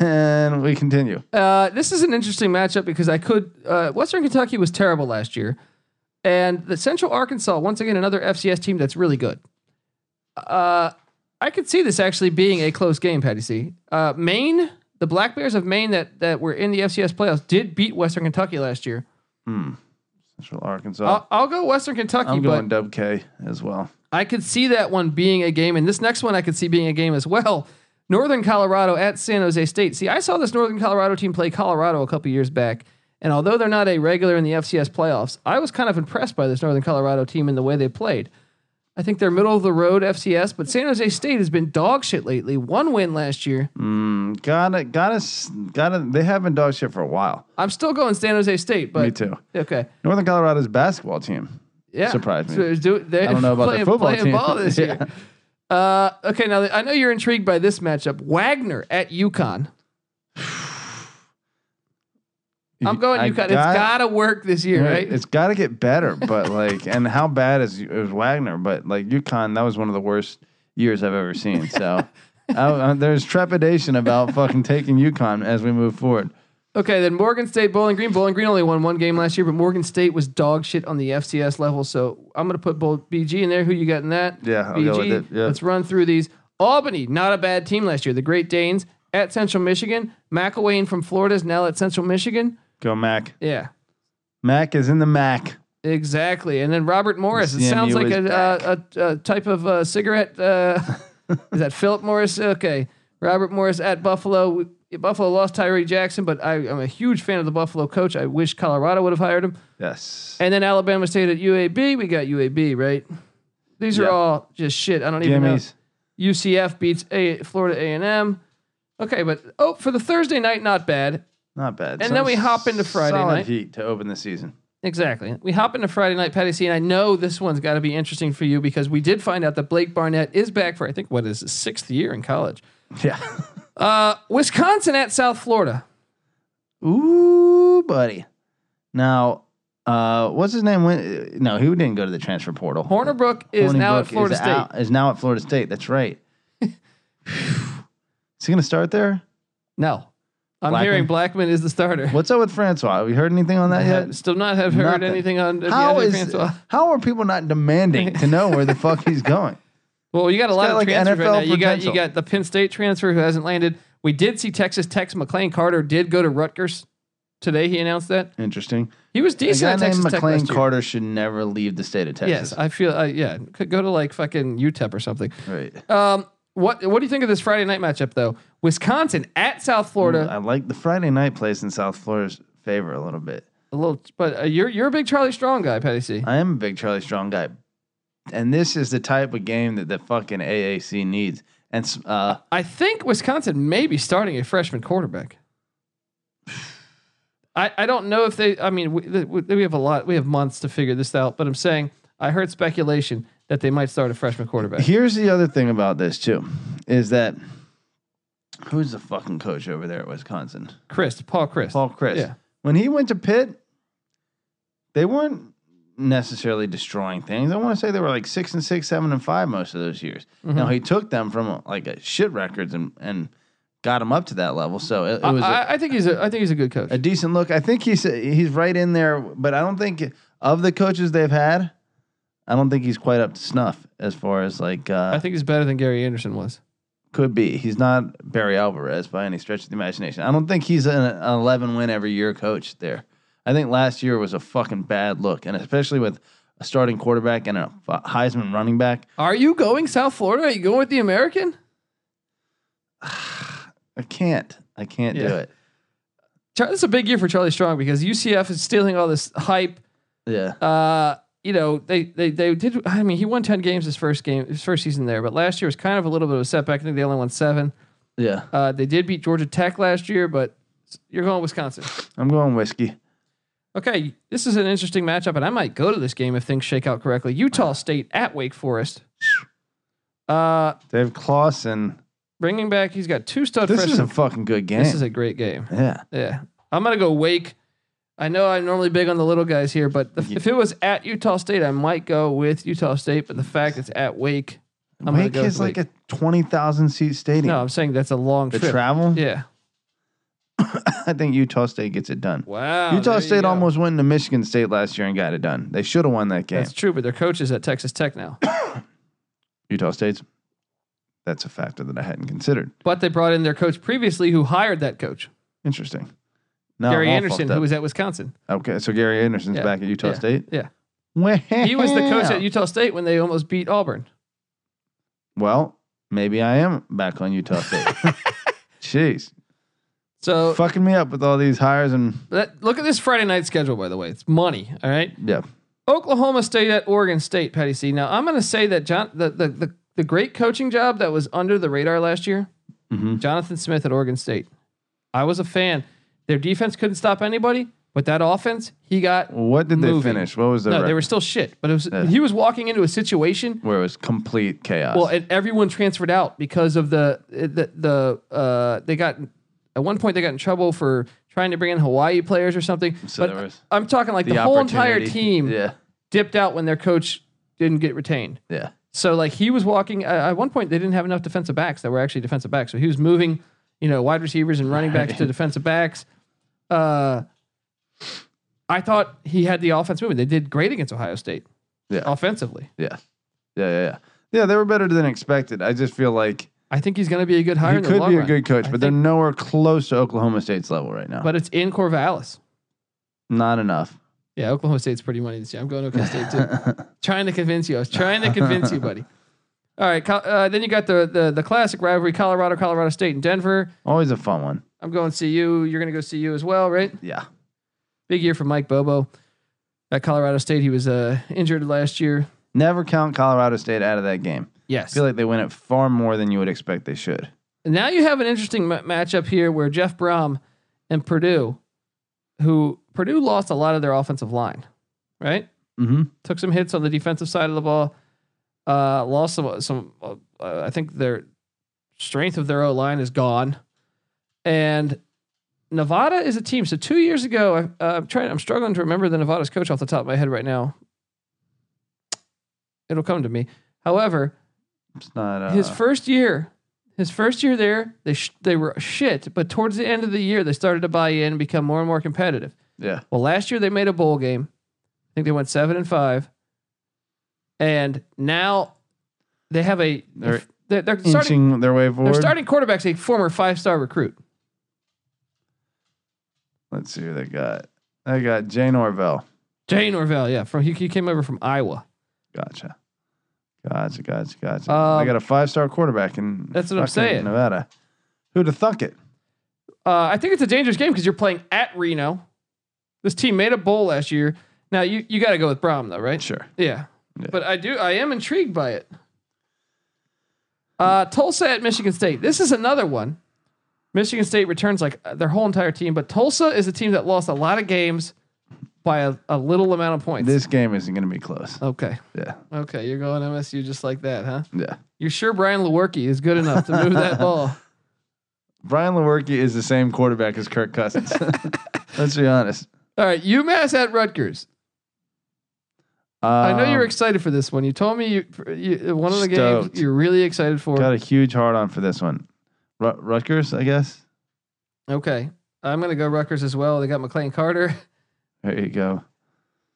Speaker 3: and we continue.
Speaker 1: Uh, this is an interesting matchup because I could. Uh, Western Kentucky was terrible last year. And the Central Arkansas, once again, another FCS team that's really good. Uh, I could see this actually being a close game, Patty C. Uh, Maine, the Black Bears of Maine that, that were in the FCS playoffs, did beat Western Kentucky last year.
Speaker 3: Central Arkansas.
Speaker 1: I'll, I'll go Western Kentucky,
Speaker 3: I'm
Speaker 1: Uh, but
Speaker 3: going Dub K as well.
Speaker 1: I could see that one being a game, and this next one I could see being a game as well. Northern Colorado at San Jose State. See, I saw this Northern Colorado team play Colorado a couple years back, and although they're not a regular in the FCS playoffs, I was kind of impressed by this Northern Colorado team and the way they played. I think they're middle of the road FCS, but San Jose State has been dog shit lately. One win last year.
Speaker 3: Mm, gotta, gotta, s- gotta. They have been dog shit for a while.
Speaker 1: I'm still going San Jose State, but
Speaker 3: Me too.
Speaker 1: okay,
Speaker 3: Northern Colorado's basketball team.
Speaker 1: yeah,
Speaker 3: Surprised me.
Speaker 1: So it's do- they're
Speaker 3: I don't know about their
Speaker 1: playing,
Speaker 3: football
Speaker 1: playing
Speaker 3: team.
Speaker 1: ball this
Speaker 3: Yeah.
Speaker 1: year. Uh, okay, now I know you're intrigued by this matchup. Wagner at UConn. I'm going
Speaker 3: I
Speaker 1: UConn. it's
Speaker 3: got-
Speaker 1: got to work this year,
Speaker 3: Yeah,
Speaker 1: right?
Speaker 3: It's got to get better, but like, and how bad is is Wagner? But like UConn, that was one of the worst years I've ever seen. So I, I- there's trepidation about fucking taking UConn as we move forward.
Speaker 1: okay, then Morgan State, Bowling Green. Bowling Green only won one game last year, but Morgan State was dog shit on the FCS level. So I'm going to put both BG in there. Who you got in that?
Speaker 3: Yeah, I'll
Speaker 1: BG.
Speaker 3: go with it, yeah.
Speaker 1: Let's run through these. Albany, not a bad team last year. The Great Danes at Central Michigan. McElwain from Florida is now at Central Michigan.
Speaker 3: Go Mac.
Speaker 1: Yeah,
Speaker 3: Mac is in the Mac.
Speaker 1: Exactly. And then Robert Morris. It
Speaker 3: CMU
Speaker 1: sounds like
Speaker 3: is
Speaker 1: a, uh, a, a type of uh, cigarette. Uh, is that Philip Morris? Okay. Robert Morris at Buffalo. We- Buffalo lost Tyree Jackson, but I, I'm a huge fan of the Buffalo coach. I wish Colorado would have hired him.
Speaker 3: Yes.
Speaker 1: And then Alabama State at UAB. We got UAB, right? These
Speaker 3: Yeah.
Speaker 1: are all just shit. I don't even know.
Speaker 3: Gimmies.
Speaker 1: UCF beats a Florida A and M. Okay, but oh, for the Thursday night, not bad.
Speaker 3: Not bad.
Speaker 1: And then we hop into Friday
Speaker 3: solid
Speaker 1: night.
Speaker 3: heat to open the season.
Speaker 1: Exactly. We hop into Friday night, Patty C, and I know this one's got to be interesting for you because we did find out that Blake Barnett is back for I think what is his sixth year in college.
Speaker 3: Yeah.
Speaker 1: Uh, Wisconsin at South Florida.
Speaker 3: Ooh, buddy. Now, uh, what's his name? When, uh, no, he didn't go to the transfer portal.
Speaker 1: Hornerbrook is
Speaker 3: Hornibrook
Speaker 1: now at Florida
Speaker 3: is
Speaker 1: State.
Speaker 3: out- is now at Florida State. That's right. is he going to start there?
Speaker 1: No, I'm
Speaker 3: Blackman?
Speaker 1: hearing Blackman is the starter.
Speaker 3: What's up with Francois? Have you heard anything on that yet?
Speaker 1: Still not have heard
Speaker 3: Nothing.
Speaker 1: anything on if you
Speaker 3: How
Speaker 1: had any
Speaker 3: is
Speaker 1: Francois.
Speaker 3: how are people not demanding to know where the fuck he's going?
Speaker 1: Well, you got a lot
Speaker 3: got,
Speaker 1: of
Speaker 3: like,
Speaker 1: transfers right
Speaker 3: NFL
Speaker 1: now. You got you
Speaker 3: potential.
Speaker 1: got the Penn State transfer who hasn't landed. We did see Texas Tech's McLean Carter did go to Rutgers today. He announced that
Speaker 3: Interesting.
Speaker 1: he was
Speaker 3: A guy
Speaker 1: decent at
Speaker 3: named
Speaker 1: Texas Tech
Speaker 3: McLean
Speaker 1: last year.
Speaker 3: Carter should never leave the state of Texas.
Speaker 1: Yes, I feel. Uh, yeah, could go to like fucking UTEP or something.
Speaker 3: Right.
Speaker 1: Um, what What do you think of this Friday night matchup though? Wisconsin at South Florida.
Speaker 3: Mm, I like the Friday night plays in South Florida's favor a little bit.
Speaker 1: A little, but uh, you're you're a big Charlie Strong guy, Patty C.
Speaker 3: I am a big Charlie Strong guy, and this is the type of game that the fucking AAC needs. And s- uh,
Speaker 1: I think Wisconsin may be starting a freshman quarterback. I, I don't know if they. I mean, we, th- we we have a lot. We have months to figure this out. But I'm saying I heard speculation that they might start a freshman quarterback.
Speaker 3: here's the other thing about this too, is that who's the fucking coach over there at Wisconsin?
Speaker 1: Chris, Paul Chris.
Speaker 3: Paul Chris.
Speaker 1: Yeah.
Speaker 3: When he went to Pitt, they weren't necessarily destroying things. I want to say they were like six and six, seven and five most of those years.
Speaker 1: Mm-hmm.
Speaker 3: Now he took them from like a shit records and and got them up to that level. So it, it
Speaker 1: I
Speaker 3: was a
Speaker 1: I- I think he's a. I think he's a good coach.
Speaker 3: a decent look. I think he's he's right in there, but I don't think of the coaches they've had. I don't think he's quite up to snuff as far as like
Speaker 1: I
Speaker 3: uh,
Speaker 1: think he's better than Gary Anderson was.
Speaker 3: could be. He's not Barry Alvarez by any stretch of the imagination. I don't think he's an, an 11 win every year coach there. I think last year was a fucking bad look, and especially with a starting quarterback and a F- Heisman running back.
Speaker 1: Are you going South Florida? Are you going with the American?
Speaker 3: I can't. I can't do
Speaker 1: Yeah.
Speaker 3: it.
Speaker 1: Char- This is a big year for Charlie Strong because UCF is stealing all this hype.
Speaker 3: Yeah.
Speaker 1: Uh, you know, they, they they did. I mean, he won ten games his first game, his first season there. But last year was kind of a little bit of a setback. I think they only won seven.
Speaker 3: Yeah.
Speaker 1: Uh, they did beat Georgia Tech last year, but you're going Wisconsin.
Speaker 3: I'm going whiskey.
Speaker 1: Okay, this is an interesting matchup, and I might go to this game if things shake out correctly. Utah State at Wake Forest. Uh,
Speaker 3: Dave Clawson.
Speaker 1: bringing back, he's got two stud
Speaker 3: This is a
Speaker 1: freshmen.
Speaker 3: fucking good game.
Speaker 1: this is a great game.
Speaker 3: yeah.
Speaker 1: Yeah. I'm going to go Wake. I know I'm normally big on the little guys here, but the,
Speaker 3: Yeah.
Speaker 1: if it was at Utah State, I might go with Utah State. But the fact it's at Wake, I'm gonna
Speaker 3: Wake
Speaker 1: go with
Speaker 3: is like
Speaker 1: Wake.
Speaker 3: a twenty thousand seat stadium.
Speaker 1: no, I'm saying that's a long
Speaker 3: the
Speaker 1: trip.
Speaker 3: travel.
Speaker 1: yeah.
Speaker 3: I think Utah State gets it done.
Speaker 1: Wow. there
Speaker 3: Utah
Speaker 1: you
Speaker 3: State
Speaker 1: go.
Speaker 3: almost went to Michigan State last year and got it done. They should have won that game.
Speaker 1: That's true, but their coach is at Texas Tech now.
Speaker 3: Utah State's. That's a factor that I hadn't considered.
Speaker 1: But they brought in their coach previously who hired that coach,
Speaker 3: Interesting. No,
Speaker 1: Gary
Speaker 3: Oh, I'm all
Speaker 1: Anderson,
Speaker 3: fucked up.
Speaker 1: who was at Wisconsin.
Speaker 3: okay. So Gary Anderson's
Speaker 1: Yeah,
Speaker 3: back at Utah
Speaker 1: yeah,
Speaker 3: State.
Speaker 1: Yeah.
Speaker 3: Wow.
Speaker 1: He was the coach at Utah State when they almost beat Auburn.
Speaker 3: Well, maybe I am back on Utah State. Jeez,
Speaker 1: So
Speaker 3: fucking me up with all these hires and
Speaker 1: that, look at this Friday night schedule, by the way. It's money. All right.
Speaker 3: yeah.
Speaker 1: Oklahoma State at Oregon State, Patty C. Now I'm gonna say that John the the, the, the great coaching job that was under the radar last year,
Speaker 3: Mm-hmm.
Speaker 1: Jonathan Smith at Oregon State. I was a fan. Their defense couldn't stop anybody, but that offense, he got
Speaker 3: What did they
Speaker 1: Moving.
Speaker 3: finish? What was the
Speaker 1: no,
Speaker 3: record?
Speaker 1: they were still shit. But it was
Speaker 3: Yeah.
Speaker 1: he was walking into a situation
Speaker 3: where it was complete chaos?
Speaker 1: Well, and everyone transferred out because of the the the uh, they got at one point they got in trouble for trying to bring in Hawaii players or something.
Speaker 3: So
Speaker 1: but
Speaker 3: there was
Speaker 1: I'm talking like the, whole entire
Speaker 3: opportunity-
Speaker 1: team
Speaker 3: Yeah,
Speaker 1: dipped out when their coach didn't get retained.
Speaker 3: yeah.
Speaker 1: So like he was walking uh, at one point they didn't have enough defensive backs that were actually defensive backs. So he was moving, you know, wide receivers and running backs to defensive backs. Uh I thought he had the offense moving. They did great against Ohio State.
Speaker 3: Yeah.
Speaker 1: Offensively.
Speaker 3: Yeah. Yeah, yeah, yeah. Yeah, they were better than expected. I just feel like
Speaker 1: I think he's going to be a good hire.
Speaker 3: he
Speaker 1: in the
Speaker 3: could
Speaker 1: long
Speaker 3: be a
Speaker 1: run.
Speaker 3: good coach,
Speaker 1: I
Speaker 3: but they're
Speaker 1: think-
Speaker 3: nowhere close to Oklahoma State's level right now.
Speaker 1: but it's in Corvallis.
Speaker 3: Not enough.
Speaker 1: Yeah, Oklahoma State's pretty money this year. I'm going to Oklahoma State too. trying to convince you. I was trying to convince you, buddy. All right. Col- Uh, then you got the, the the classic rivalry: Colorado, Colorado State, and Denver.
Speaker 3: Always a fun one.
Speaker 1: I'm going to see you. You're going to go see you as well, right?
Speaker 3: Yeah.
Speaker 1: Big year for Mike Bobo at Colorado State. He was uh, injured last year.
Speaker 3: Never count Colorado State out of that game. I
Speaker 1: Yes.
Speaker 3: feel like they win it far more than you would expect they should.
Speaker 1: And now you have an interesting ma- matchup here where Jeff Brom and Purdue, who Purdue lost a lot of their offensive line, right?
Speaker 3: Mm-hmm.
Speaker 1: took some hits on the defensive side of the ball. Uh, lost some some. Uh, I think their strength of their O line is gone, and Nevada is a team. So two years ago, I, uh, I'm trying. I'm struggling to remember the Nevada's coach off the top of my head right now. It'll come to me. However,
Speaker 3: It's not uh,
Speaker 1: his first year, his first year there, they sh- they were shit. But towards the end of the year, they started to buy in and become more and more competitive.
Speaker 3: yeah.
Speaker 1: Well, last year they made a bowl game. I think they went seven and five, and now they have a
Speaker 3: They're
Speaker 1: they're they're, starting
Speaker 3: Inching their way forward.
Speaker 1: their starting quarterback's a former five star recruit.
Speaker 3: Let's see who they got. They got Jay Norvell.
Speaker 1: Jay Norvell, yeah, from he, he came over from Iowa.
Speaker 3: Gotcha. Gotcha, gotcha, gotcha.
Speaker 1: Um,
Speaker 3: they got a five star quarterback in
Speaker 1: That's what I'm
Speaker 3: fucking
Speaker 1: saying.
Speaker 3: Nevada. Who'd have thunk it?
Speaker 1: Uh, I think it's a dangerous game because you're playing at Reno. This team made a bowl last year. Now you you got to go with Brom though, right?
Speaker 3: Sure.
Speaker 1: Yeah.
Speaker 3: Yeah.
Speaker 1: but I do I am intrigued by it. Uh, Tulsa at Michigan State. This is another one. Michigan State returns like uh, their whole entire team, but Tulsa is a team that lost a lot of games by a, a little amount of points.
Speaker 3: This game isn't going to be close.
Speaker 1: okay,
Speaker 3: Yeah.
Speaker 1: okay, you're going MSU just like that, huh?
Speaker 3: Yeah.
Speaker 1: You're sure Brian Lewerke is good enough to move that ball?
Speaker 3: Brian Lewerke is the same quarterback as Kirk Cousins. Let's be honest.
Speaker 1: All right, UMass at Rutgers. I know you're excited for this one. You told me you, you one of the
Speaker 3: Um, Stoked.
Speaker 1: games you're really excited for.
Speaker 3: got a huge hard on for this one. Ru- Rutgers, I guess.
Speaker 1: Okay, I'm gonna go Rutgers as well. They got McLean Carter.
Speaker 3: There you go.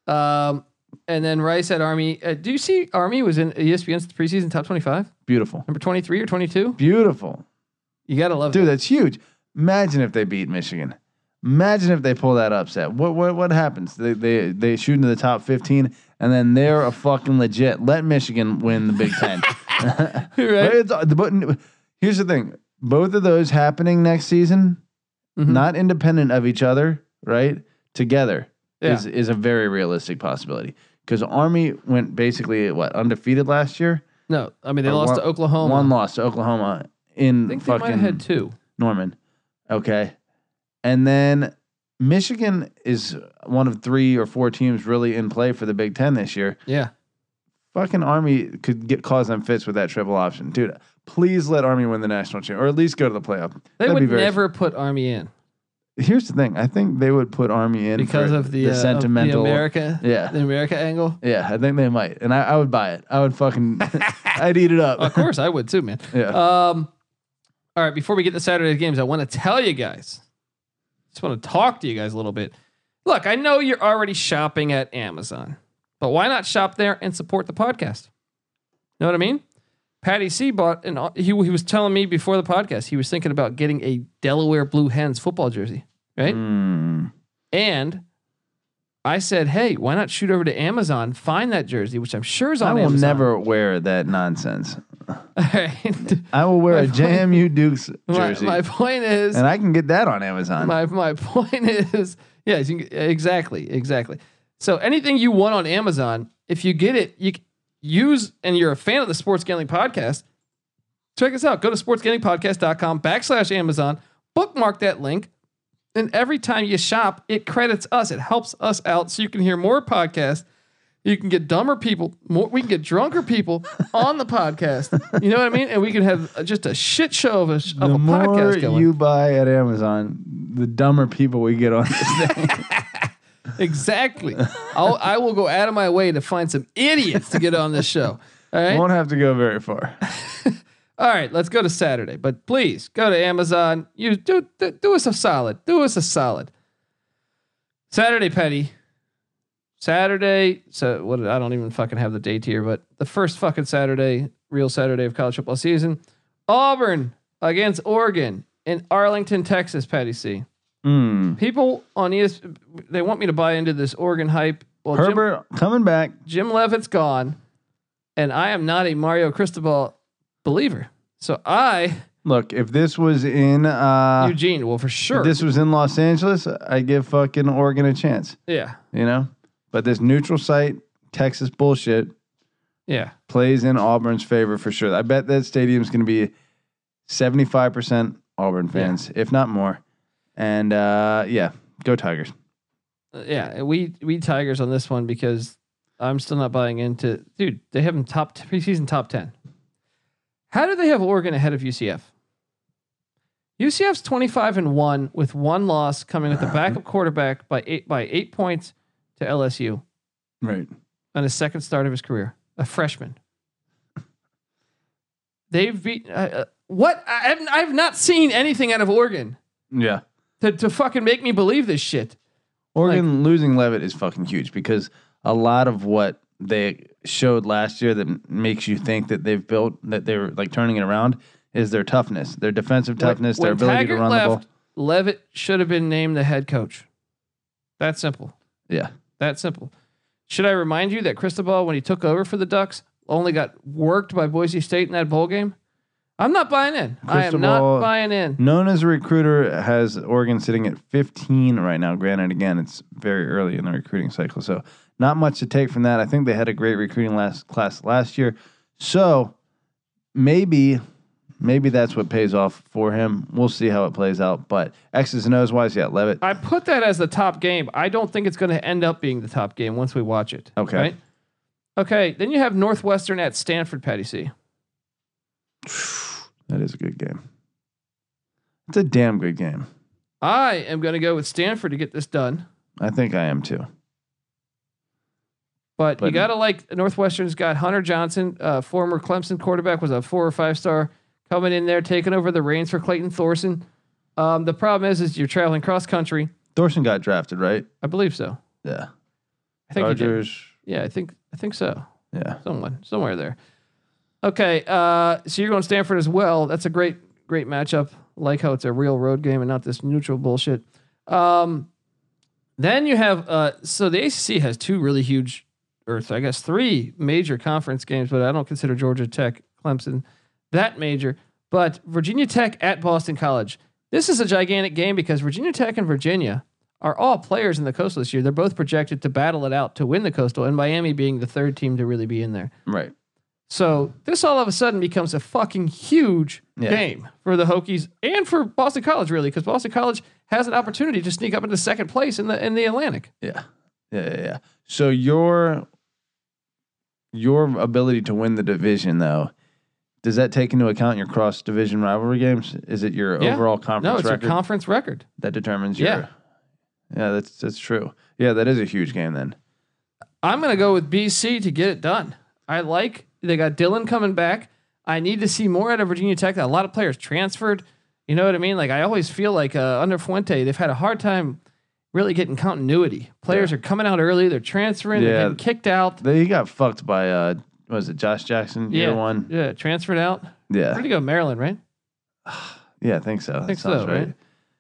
Speaker 1: Um, and then Rice at Army. Uh, do you see Army was in E ESPN's preseason top 25,
Speaker 3: Beautiful.
Speaker 1: number 23 or 22?
Speaker 3: Beautiful.
Speaker 1: You got to love it.
Speaker 3: Dude, that's huge. Imagine if they beat Michigan. Imagine if they pull that upset. What what what happens? They they they shoot into the top 15 and then they're a fucking legit. Let Michigan win the Big 10.
Speaker 1: right?
Speaker 3: But it's, uh, the button, here's the thing: both of those happening next season,
Speaker 1: Mhm.
Speaker 3: not independent of each other, right? Together
Speaker 1: Yeah.
Speaker 3: is is a very realistic possibility because Army went basically what undefeated last year,
Speaker 1: No, I mean, they
Speaker 3: Uh,
Speaker 1: lost
Speaker 3: one-
Speaker 1: to Oklahoma.
Speaker 3: one loss to Oklahoma
Speaker 1: I
Speaker 3: in
Speaker 1: think they might
Speaker 3: fucking
Speaker 1: have had two.
Speaker 3: Norman. Okay, and then Michigan is one of three or four teams really in play for the Big Ten this year.
Speaker 1: Yeah.
Speaker 3: Fucking Army could get cause them fits with that triple option, dude. Please let Army win the national championship, or at least go to the playoff.
Speaker 1: They
Speaker 3: That'd be
Speaker 1: would
Speaker 3: very-
Speaker 1: never put Army in
Speaker 3: Here's the thing: I think they would put Army in
Speaker 1: because
Speaker 3: for
Speaker 1: of the, uh, of the
Speaker 3: sentimental.
Speaker 1: America,
Speaker 3: yeah,
Speaker 1: the America angle.
Speaker 3: yeah, I think they might, and I, I would buy it. I would fucking, I'd eat it up.
Speaker 1: Of course, I would too, man.
Speaker 3: Yeah,
Speaker 1: Um, all right, before we get to Saturday games, I want to tell you guys Just want to talk to you guys a little bit. Look, I know you're already shopping at Amazon, but why not shop there and support the podcast? Know what I mean? Patty C bought and he he was telling me before the podcast he was thinking about getting a Delaware Blue Hens football jersey, right?
Speaker 3: Mm.
Speaker 1: And I said, hey, why not shoot over to Amazon, find that jersey, which I'm sure is on
Speaker 3: I will
Speaker 1: Amazon.
Speaker 3: never wear that nonsense.
Speaker 1: All right.
Speaker 3: I will wear
Speaker 1: My
Speaker 3: a
Speaker 1: point-
Speaker 3: JMU Dukes
Speaker 1: my,
Speaker 3: jersey,
Speaker 1: my point is,
Speaker 3: and I can get that on Amazon.
Speaker 1: my my point is, yes, you can- exactly, exactly. So anything you want on Amazon, if you get it, you c- use, and you're a fan of the Sports Gambling Podcast, check us out. Go to sportsgamblingpodcast.com backslash Amazon, bookmark that link, and every time you shop, it credits us. It helps us out, so you can hear more podcasts. You can get dumber people. More, we can get drunker people on the podcast. You know what I mean? And we can have uh, just a shit show of a, sh- of
Speaker 3: the
Speaker 1: a
Speaker 3: more
Speaker 1: podcast going.
Speaker 3: you buy at Amazon, the dumber people we get on this thing.
Speaker 1: Exactly. I'll, I will go out of my way to find some idiots to get on this show. All right.
Speaker 3: Won't have to go very far.
Speaker 1: All right. Let's go to Saturday. But please go to Amazon. You do, do do us a solid. Do us a solid. Saturday, Petty. Saturday. So what? I don't even fucking have the date here, but the first fucking Saturday, real Saturday of college football season. Auburn against Oregon in Arlington, Texas. Petty C.
Speaker 3: Mm.
Speaker 1: People on E ES, they want me to buy into this Oregon hype. Well, Jim-
Speaker 3: Herbert coming back.
Speaker 1: Jim Levitt's gone, and I am not a Mario Cristobal believer. So I,
Speaker 3: Look, if this was in uh,
Speaker 1: Eugene, well, for sure.
Speaker 3: if this was in Los Angeles, I'd give fucking Oregon a chance.
Speaker 1: yeah,
Speaker 3: You know, but this neutral site Texas bullshit
Speaker 1: yeah.
Speaker 3: plays in Auburn's favor for sure. I bet that stadium's going to be 75% Auburn fans, if not more. And uh, yeah, go Tigers.
Speaker 1: Uh, Yeah, we we Tigers on this one because I'm still not buying into. Dude, they have them top t- preseason top ten. How do they have Oregon ahead of UCF? UCF's 25 and one with one loss coming with the backup quarterback by eight by eight points to LSU
Speaker 3: Right.
Speaker 1: on his second start of his career, a freshman. They've beat uh, uh, what I have, I have not seen anything out of Oregon
Speaker 3: Yeah.
Speaker 1: to, to fucking make me believe this shit.
Speaker 3: Oregon losing Levitt is fucking huge because a lot of what they showed last year that m- makes you think that they've built that they were like turning it around is their toughness, their defensive toughness, their ability to run the ball.
Speaker 1: Levitt should have been named the head coach. That simple.
Speaker 3: Yeah.
Speaker 1: That simple. Should I remind you that Cristobal, when he took over for the Ducks, only got worked by Boise State in that bowl game? I'm not buying in. I am not
Speaker 3: Cristobal-
Speaker 1: buying in.
Speaker 3: Known as a recruiter has Oregon sitting at 15 right now. Granted, again, it's very early in the recruiting cycle, so not much to take from that. I think they had a great recruiting last class last year, so maybe, maybe that's what pays off for him. We'll see how it plays out. But X's and O's wise, yeah, Levitt.
Speaker 1: I put that as the top game. I don't think it's going to end up being the top game once we watch it.
Speaker 3: Okay.
Speaker 1: Okay. Then you have Northwestern at Stanford, Patty C.
Speaker 3: That is a good game. It's a damn good game.
Speaker 1: I am going to go with Stanford to get this done,
Speaker 3: I think I am too.
Speaker 1: but, you
Speaker 3: But-
Speaker 1: got to like Northwestern's got Hunter Johnson, uh, former Clemson quarterback, was a four or five star coming in there, taking over the reins for Clayton Thorson. Um, the problem is, is you're traveling cross country.
Speaker 3: Thorson got drafted, right?
Speaker 1: I believe so.
Speaker 3: Yeah.
Speaker 1: I think you did.
Speaker 3: Chargers.
Speaker 1: Yeah, I think I think so.
Speaker 3: Yeah.
Speaker 1: someone somewhere there. Okay, uh, so you're going Stanford as well. That's a great great matchup. Like how it's a real road game and not this neutral bullshit. Um, then you have uh, so the ACC has two really huge, or I guess three major conference games, but I don't consider Georgia Tech, Clemson that major. But Virginia Tech at Boston College. This is a gigantic game because Virginia Tech and Virginia are all players in the Coastal this year. They're both projected to battle it out to win the Coastal, and Miami being the third team to really be in there.
Speaker 3: Right.
Speaker 1: So this all of a sudden becomes a fucking huge
Speaker 3: Yeah.
Speaker 1: game for the Hokies and for Boston College, really, because Boston College has an opportunity to sneak up into second place in the in the Atlantic.
Speaker 3: Yeah. Yeah, yeah, yeah. So your your ability to win the division though, does that take into account your cross division rivalry games? Is it your
Speaker 1: Yeah.
Speaker 3: overall
Speaker 1: no,
Speaker 3: conference
Speaker 1: it's
Speaker 3: record
Speaker 1: a conference record.
Speaker 3: that determines your
Speaker 1: Yeah.
Speaker 3: Yeah, that's that's true. Yeah, that is a huge game then.
Speaker 1: I'm gonna go with BC to get it done. I like they got Dylan coming back. I need to see more out of Virginia Tech. A lot of players transferred. You know what I mean? Like I always feel like uh, under Fuente, they've had a hard time really getting continuity. Players are coming out early, they're transferring,
Speaker 3: Yeah.
Speaker 1: they're getting kicked out.
Speaker 3: They got fucked by uh, what was it Josh Jackson year
Speaker 1: yeah,
Speaker 3: one?
Speaker 1: yeah, transferred out.
Speaker 3: Yeah,
Speaker 1: Where'd he go? Maryland, right?
Speaker 3: yeah, I think so. That
Speaker 1: think
Speaker 3: sounds
Speaker 1: so, right?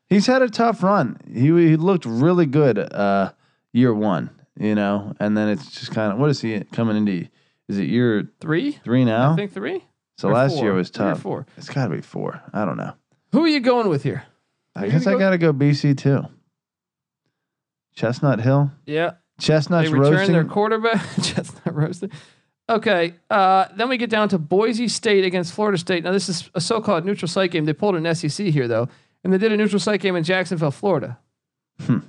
Speaker 3: He's had a tough run. He he looked really good uh, year one, you know, and then it's just kind of what is he coming into? Is it year
Speaker 1: Three,
Speaker 3: three now?
Speaker 1: I think three.
Speaker 3: so
Speaker 1: or
Speaker 3: last
Speaker 1: four.
Speaker 3: year was
Speaker 1: Three or
Speaker 3: tough.
Speaker 1: four.
Speaker 3: It's got to be four. I don't know.
Speaker 1: Who are you going with here?
Speaker 3: I
Speaker 1: You're
Speaker 3: guess
Speaker 1: gonna
Speaker 3: I got to go BC too. Chestnut Hill,
Speaker 1: Yeah,
Speaker 3: Chestnuts
Speaker 1: they return
Speaker 3: roasting.
Speaker 1: their quarterback. Chestnut roasted. Okay, uh, then we get down to Boise State against Florida State. Now this is a so-called neutral site game. They pulled an SEC here though, and they did a neutral site game in Jacksonville, Florida.
Speaker 3: Hmm.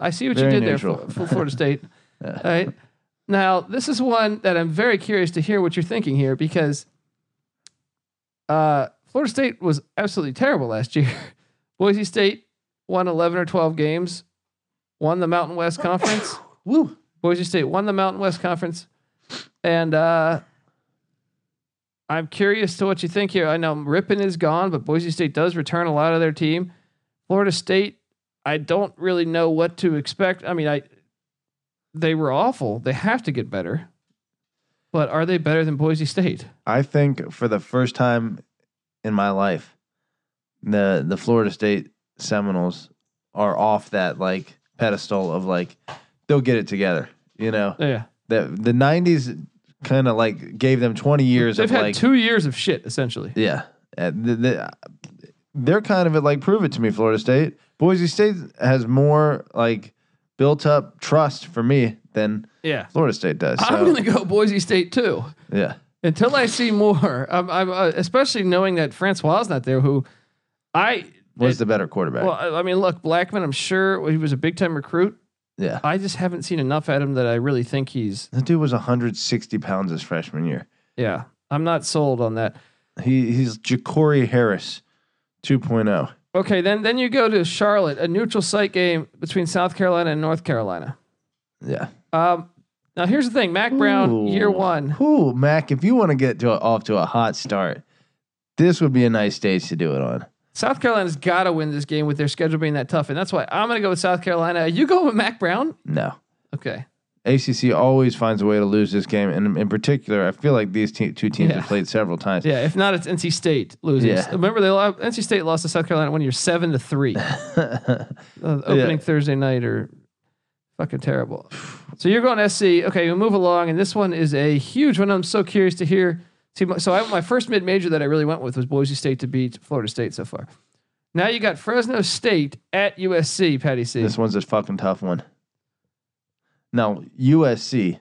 Speaker 1: I see what
Speaker 3: Very
Speaker 1: you did there
Speaker 3: neutral.
Speaker 1: for, for Florida State.
Speaker 3: Yeah.
Speaker 1: All right. Now this is one that I'm very curious to hear what you're thinking here because uh, Florida State was absolutely terrible last year. Boise State won 11 or 12 games, won the Mountain West Conference.
Speaker 3: Woo.
Speaker 1: Boise State won the Mountain West Conference, and uh, I'm curious to what you think here. I know Ripon is gone, but Boise State does return a lot of their team. Florida State, I don't really know what to expect. I mean, I they were awful. They have to get better, but are they better than Boise State?
Speaker 3: I think for the first time in my life, the the Florida State Seminoles are off that like pedestal of like they'll get it together. You know
Speaker 1: Yeah,
Speaker 3: the the '90s kind of like gave them 20 years
Speaker 1: they've
Speaker 3: of
Speaker 1: had
Speaker 3: like
Speaker 1: two years of shit essentially.
Speaker 3: yeah. Uh, th- th- they're kind of at like prove it to me, Florida State. Boise State has more like built up trust for me than
Speaker 1: Yeah,
Speaker 3: Florida State does. So,
Speaker 1: I'm gonna go Boise State too.
Speaker 3: yeah.
Speaker 1: until I see more. I'm, I'm uh, especially knowing that Francois not there, who I
Speaker 3: What's
Speaker 1: it-
Speaker 3: the better quarterback?
Speaker 1: well, I I mean, look, Blackman. I'm sure he was a big time recruit.
Speaker 3: yeah.
Speaker 1: I just haven't seen enough at him that I really think he's.
Speaker 3: That dude was 160 pounds his freshman year.
Speaker 1: Yeah, I'm not sold on that.
Speaker 3: He he's Ja'Cory Harris oh. 2.0.
Speaker 1: Okay, then then you go to Charlotte, a neutral site game between South Carolina and North Carolina.
Speaker 3: Yeah.
Speaker 1: Um, now here's the thing, Mac Brown, year
Speaker 3: Ooh.
Speaker 1: one.
Speaker 3: Ooh, Mac, if you want to get to a, off to a hot start, this would be a nice stage to do it on.
Speaker 1: South Carolina's got to win this game with their schedule being that tough, and that's why I'm going to go with South Carolina. You go with Mac Brown.
Speaker 3: No.
Speaker 1: Okay.
Speaker 3: ACC always finds a way to lose this game, and in particular, I feel like these te- two teams
Speaker 1: Yeah.
Speaker 3: have played several times.
Speaker 1: Yeah, if not, it's NC State losing.
Speaker 3: Yeah.
Speaker 1: Remember, they lost, NC State lost to South Carolina one year, seven to three, uh, opening Thursday night, or fucking terrible. So you're going SC. Okay, we move along, and this one is a huge one. I'm so curious to hear. See, my- so I, my first mid major that I really went with was Boise State to beat Florida State so far. Now you got Fresno State at USC, Patty C.
Speaker 3: This one's a fucking tough one. Now, USC,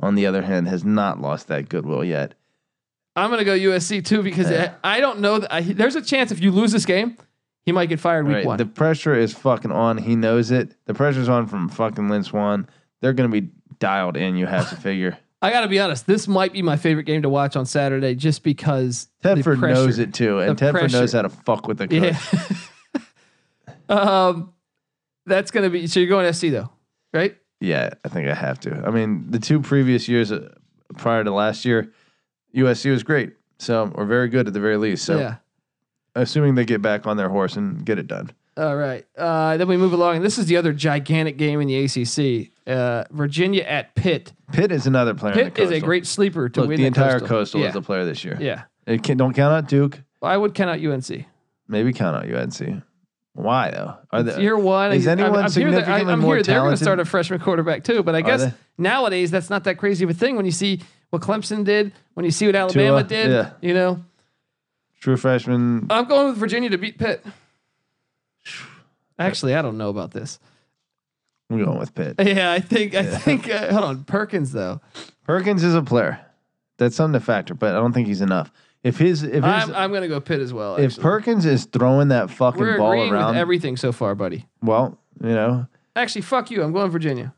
Speaker 3: on the other hand, has not lost that goodwill yet.
Speaker 1: I'm going to go USC too because
Speaker 3: Yeah.
Speaker 1: I, I don't know. That I, there's a chance if you lose this game, he might get fired week
Speaker 3: Right.
Speaker 1: one.
Speaker 3: The pressure is fucking on. He knows it. The pressure's on from fucking Lynn Swan. They're gonna be dialed in. You have to figure.
Speaker 1: I got to be honest. This might be my favorite game to watch on Saturday, just because
Speaker 3: Tedford
Speaker 1: pressure.
Speaker 3: knows it too, and
Speaker 1: The
Speaker 3: Tedford knows
Speaker 1: pressure.
Speaker 3: how to fuck with the coach.
Speaker 1: Yeah. um, that's gonna be. So you're going SC though, right?
Speaker 3: Yeah, I think I have to. I mean, the two previous years uh, prior to last year, USC was great. So, or very good at the very least. So,
Speaker 1: yeah.
Speaker 3: assuming they get back on their horse and get it done.
Speaker 1: All right. Uh, then we move along, and this is the other gigantic game in the ACC. Uh, Virginia at Pitt.
Speaker 3: Pitt is another player. in
Speaker 1: Pitt
Speaker 3: the
Speaker 1: is a
Speaker 3: Coastal.
Speaker 1: great sleeper to
Speaker 3: Look,
Speaker 1: win
Speaker 3: the entire coastal,
Speaker 1: Yeah.
Speaker 3: is a player this year.
Speaker 1: yeah.
Speaker 3: It can, don't count out Duke.
Speaker 1: I would count out UNC.
Speaker 3: Maybe count out UNC. Why though? Are
Speaker 1: It's
Speaker 3: they,
Speaker 1: year one.
Speaker 3: is
Speaker 1: I'm-
Speaker 3: anyone
Speaker 1: I'm, here that-
Speaker 3: significantly
Speaker 1: I'm
Speaker 3: more
Speaker 1: here They're going to
Speaker 3: talented?
Speaker 1: start a freshman quarterback too, but I guess
Speaker 3: they?
Speaker 1: nowadays that's not that crazy of a thing when you see what Clemson did, when you see what Alabama did.
Speaker 3: yeah.
Speaker 1: You know,
Speaker 3: True freshman.
Speaker 1: I'm going with Virginia to beat Pitt. Actually, I don't know about this.
Speaker 3: I'm going with Pitt.
Speaker 1: Yeah, I think I think. Uh, hold on, Perkins though.
Speaker 3: Perkins is a player. That's something to factor, but I don't think he's enough. If his if his
Speaker 1: I'm I'm going to go Pitt as well.
Speaker 3: if
Speaker 1: actually.
Speaker 3: Perkins is throwing that fucking
Speaker 1: we're
Speaker 3: ball
Speaker 1: agreeing
Speaker 3: around,
Speaker 1: with everything so far, buddy.
Speaker 3: well, you know,
Speaker 1: Actually, fuck you. I'm going Virginia.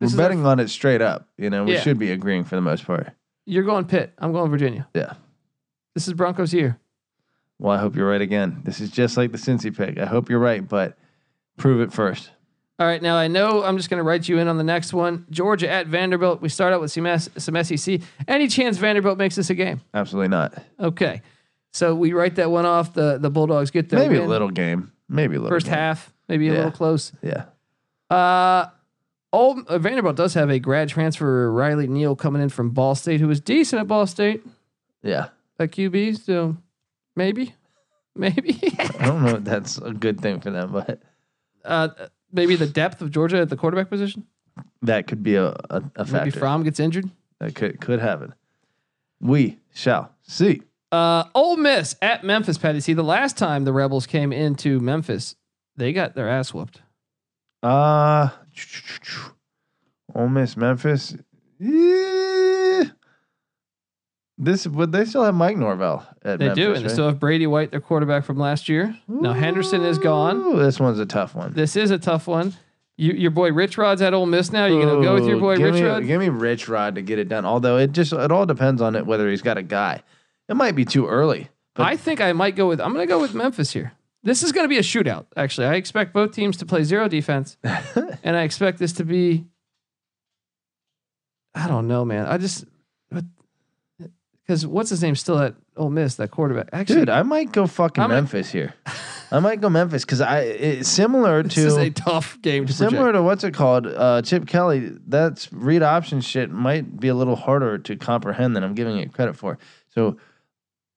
Speaker 1: This
Speaker 3: we're
Speaker 1: is our-
Speaker 3: betting on it straight up. You know, we
Speaker 1: Yeah.
Speaker 3: should be agreeing for the most part.
Speaker 1: You're going Pitt. I'm going Virginia.
Speaker 3: Yeah.
Speaker 1: This is Broncos year.
Speaker 3: Well, I hope you're right again. This is just like the Cincy pick. I hope you're right, but prove it first.
Speaker 1: All right, now I know I'm just going to write you in on the next one. Georgia at Vanderbilt. We start out with some, S- some SEC. Any chance Vanderbilt makes this a game?
Speaker 3: Absolutely not.
Speaker 1: Okay. So we write that one off. The the Bulldogs get the
Speaker 3: Maybe a
Speaker 1: win.
Speaker 3: little game. Maybe a little.
Speaker 1: first
Speaker 3: game.
Speaker 1: half, maybe a
Speaker 3: Yeah.
Speaker 1: little close.
Speaker 3: Yeah.
Speaker 1: Uh, old uh, Vanderbilt does have a grad transfer, Riley Neal, coming in from Ball State, who was decent at Ball State
Speaker 3: Yeah.
Speaker 1: at QB. So maybe, maybe,
Speaker 3: I don't know if that's a good thing for them, but
Speaker 1: uh, maybe the depth of Georgia at the quarterback position.
Speaker 3: that could be a, a, a
Speaker 1: Maybe
Speaker 3: factor.
Speaker 1: Fromm gets injured.
Speaker 3: that could could happen. We shall see.
Speaker 1: Uh, Ole Miss at Memphis, Patty. See, the last time the Rebels came into Memphis, they got their ass whooped.
Speaker 3: Uh Ole Miss Memphis. Yeah. This would they still have Mike Norvell at
Speaker 1: They do,
Speaker 3: Memphis,
Speaker 1: and
Speaker 3: right?
Speaker 1: they still have Brady White, their quarterback from last year. Now Henderson is gone.
Speaker 3: Ooh, this one's a tough one.
Speaker 1: This is a tough one. You, your boy Rich Rod's at Ole Miss now. You gonna go with your
Speaker 3: Ooh,
Speaker 1: boy
Speaker 3: give
Speaker 1: Rich
Speaker 3: me,
Speaker 1: Rod?
Speaker 3: Give me Rich Rod to get it done. Although it just it all depends on it whether he's got a guy. It might be too early. But
Speaker 1: I think I might go with. I'm gonna go with Memphis here. This is gonna be a shootout. Actually, I expect both teams to play zero defense, and I expect this to be. I don't know, man. I just, but because what's his name still at Ole Miss? That quarterback. Actually,
Speaker 3: Dude, I might go fucking
Speaker 1: I'm a-
Speaker 3: Memphis here. I might go Memphis because I it's similar
Speaker 1: this
Speaker 3: to
Speaker 1: is a tough game to
Speaker 3: similar
Speaker 1: project.
Speaker 3: to what's it called uh, Chip Kelly. That's read option shit might be a little harder to comprehend than I'm giving it credit for. So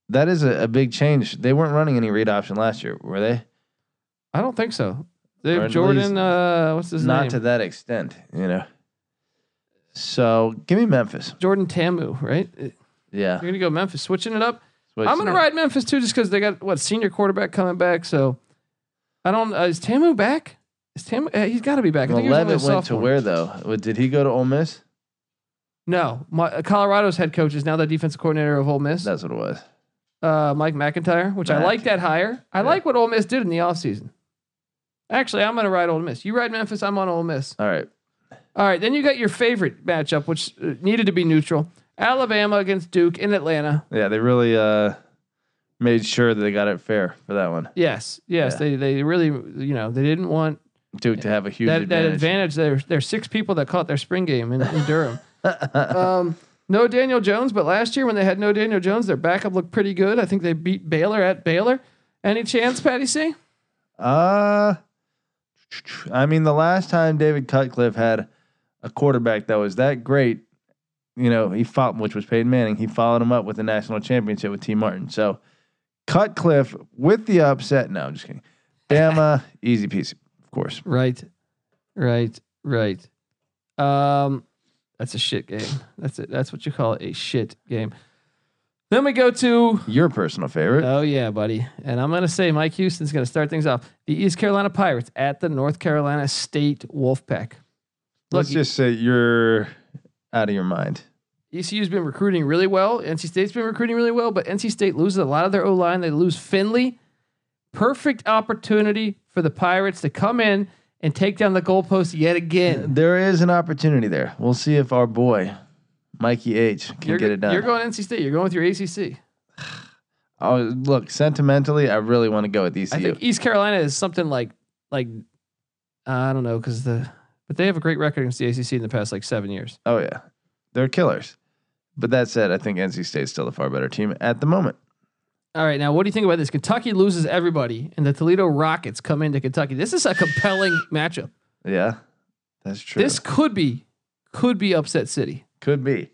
Speaker 3: that is a, a big change. They weren't running any read option last year, were they?
Speaker 1: I don't think so.
Speaker 3: Or
Speaker 1: They
Speaker 3: at least
Speaker 1: Jordan. Uh, what's his
Speaker 3: Not
Speaker 1: name?
Speaker 3: to that extent, you know. So give me Memphis.
Speaker 1: Jordan Tamu, right? You're
Speaker 3: Yeah,
Speaker 1: gonna go Memphis, switching it up.
Speaker 3: Switch
Speaker 1: I'm gonna
Speaker 3: it.
Speaker 1: ride Memphis too, just because they got what senior quarterback coming back. So I don't. Uh, is Tamu back? Is Tamu? Uh, he's got to be back. I
Speaker 3: Well,
Speaker 1: think he was only a
Speaker 3: Levitt went to
Speaker 1: sophomore.
Speaker 3: where though? What- Did he go to Ole Miss?
Speaker 1: No, my, uh, Colorado's head coach is now the defensive coordinator of Ole Miss,
Speaker 3: That's what it was.
Speaker 1: uh, Mike McIntyre, which I
Speaker 3: Mac.
Speaker 1: like that hire. I
Speaker 3: Yeah.
Speaker 1: like what Ole Miss did in the offseason. Actually, I'm gonna ride Ole Miss. You ride Memphis. I'm on Ole Miss.
Speaker 3: All right.
Speaker 1: All right, then you got your favorite matchup, which uh, needed to be neutral. Alabama against Duke in Atlanta.
Speaker 3: Yeah, they really uh, made sure that they got it fair for that one.
Speaker 1: Yes, yes,
Speaker 3: Yeah.
Speaker 1: they they really you know they didn't want
Speaker 3: Duke to have a huge
Speaker 1: that
Speaker 3: advantage.
Speaker 1: that advantage. There there's six people that caught their spring game in, in Durham. um, no Daniel Jones, but last year when they had no Daniel Jones, their backup looked pretty good. I think they beat Baylor at Baylor. Any chance, Patty C?
Speaker 3: Uh, I mean, the last time David Cutcliffe had a quarterback that was that great, you know, he fought, which was Peyton Manning. He followed him up with the national championship with T. Martin. So Cutcliffe with the upset. No, I'm just kidding. Bama, easy piece, of course.
Speaker 1: Right, right, right. Um, that's a shit game. That's it. That's what you call a shit game. Then we go to
Speaker 3: Your personal favorite.
Speaker 1: Oh yeah, buddy. And I'm gonna say Mike Houston's gonna start things off. The East Carolina Pirates at the North Carolina State Wolfpack. Look,
Speaker 3: Let's just say you're out of your mind.
Speaker 1: ECU's E been recruiting really well. NC State's been recruiting really well, but NC State loses a lot of their O line. They lose Finley. Perfect opportunity for the Pirates to come in and take down the goalpost yet again.
Speaker 3: There is an opportunity there. We'll see if our boy, Mikey H, can
Speaker 1: You're,
Speaker 3: get it done.
Speaker 1: you're going NC State. You're going with your ACC.
Speaker 3: Oh, look, sentimentally, I really want to go with E ECU.
Speaker 1: I think East Carolina is something like like I don't know because the but they have a great record against the ACC in the past like seven years.
Speaker 3: Oh yeah, they're killers. But that said, I think NC State's still a far better team at the moment.
Speaker 1: All right, now what do you think about this? Kentucky loses everybody, and the Toledo Rockets come into Kentucky. This is a compelling matchup.
Speaker 3: Yeah, that's true.
Speaker 1: This could be could be upset city.
Speaker 3: could be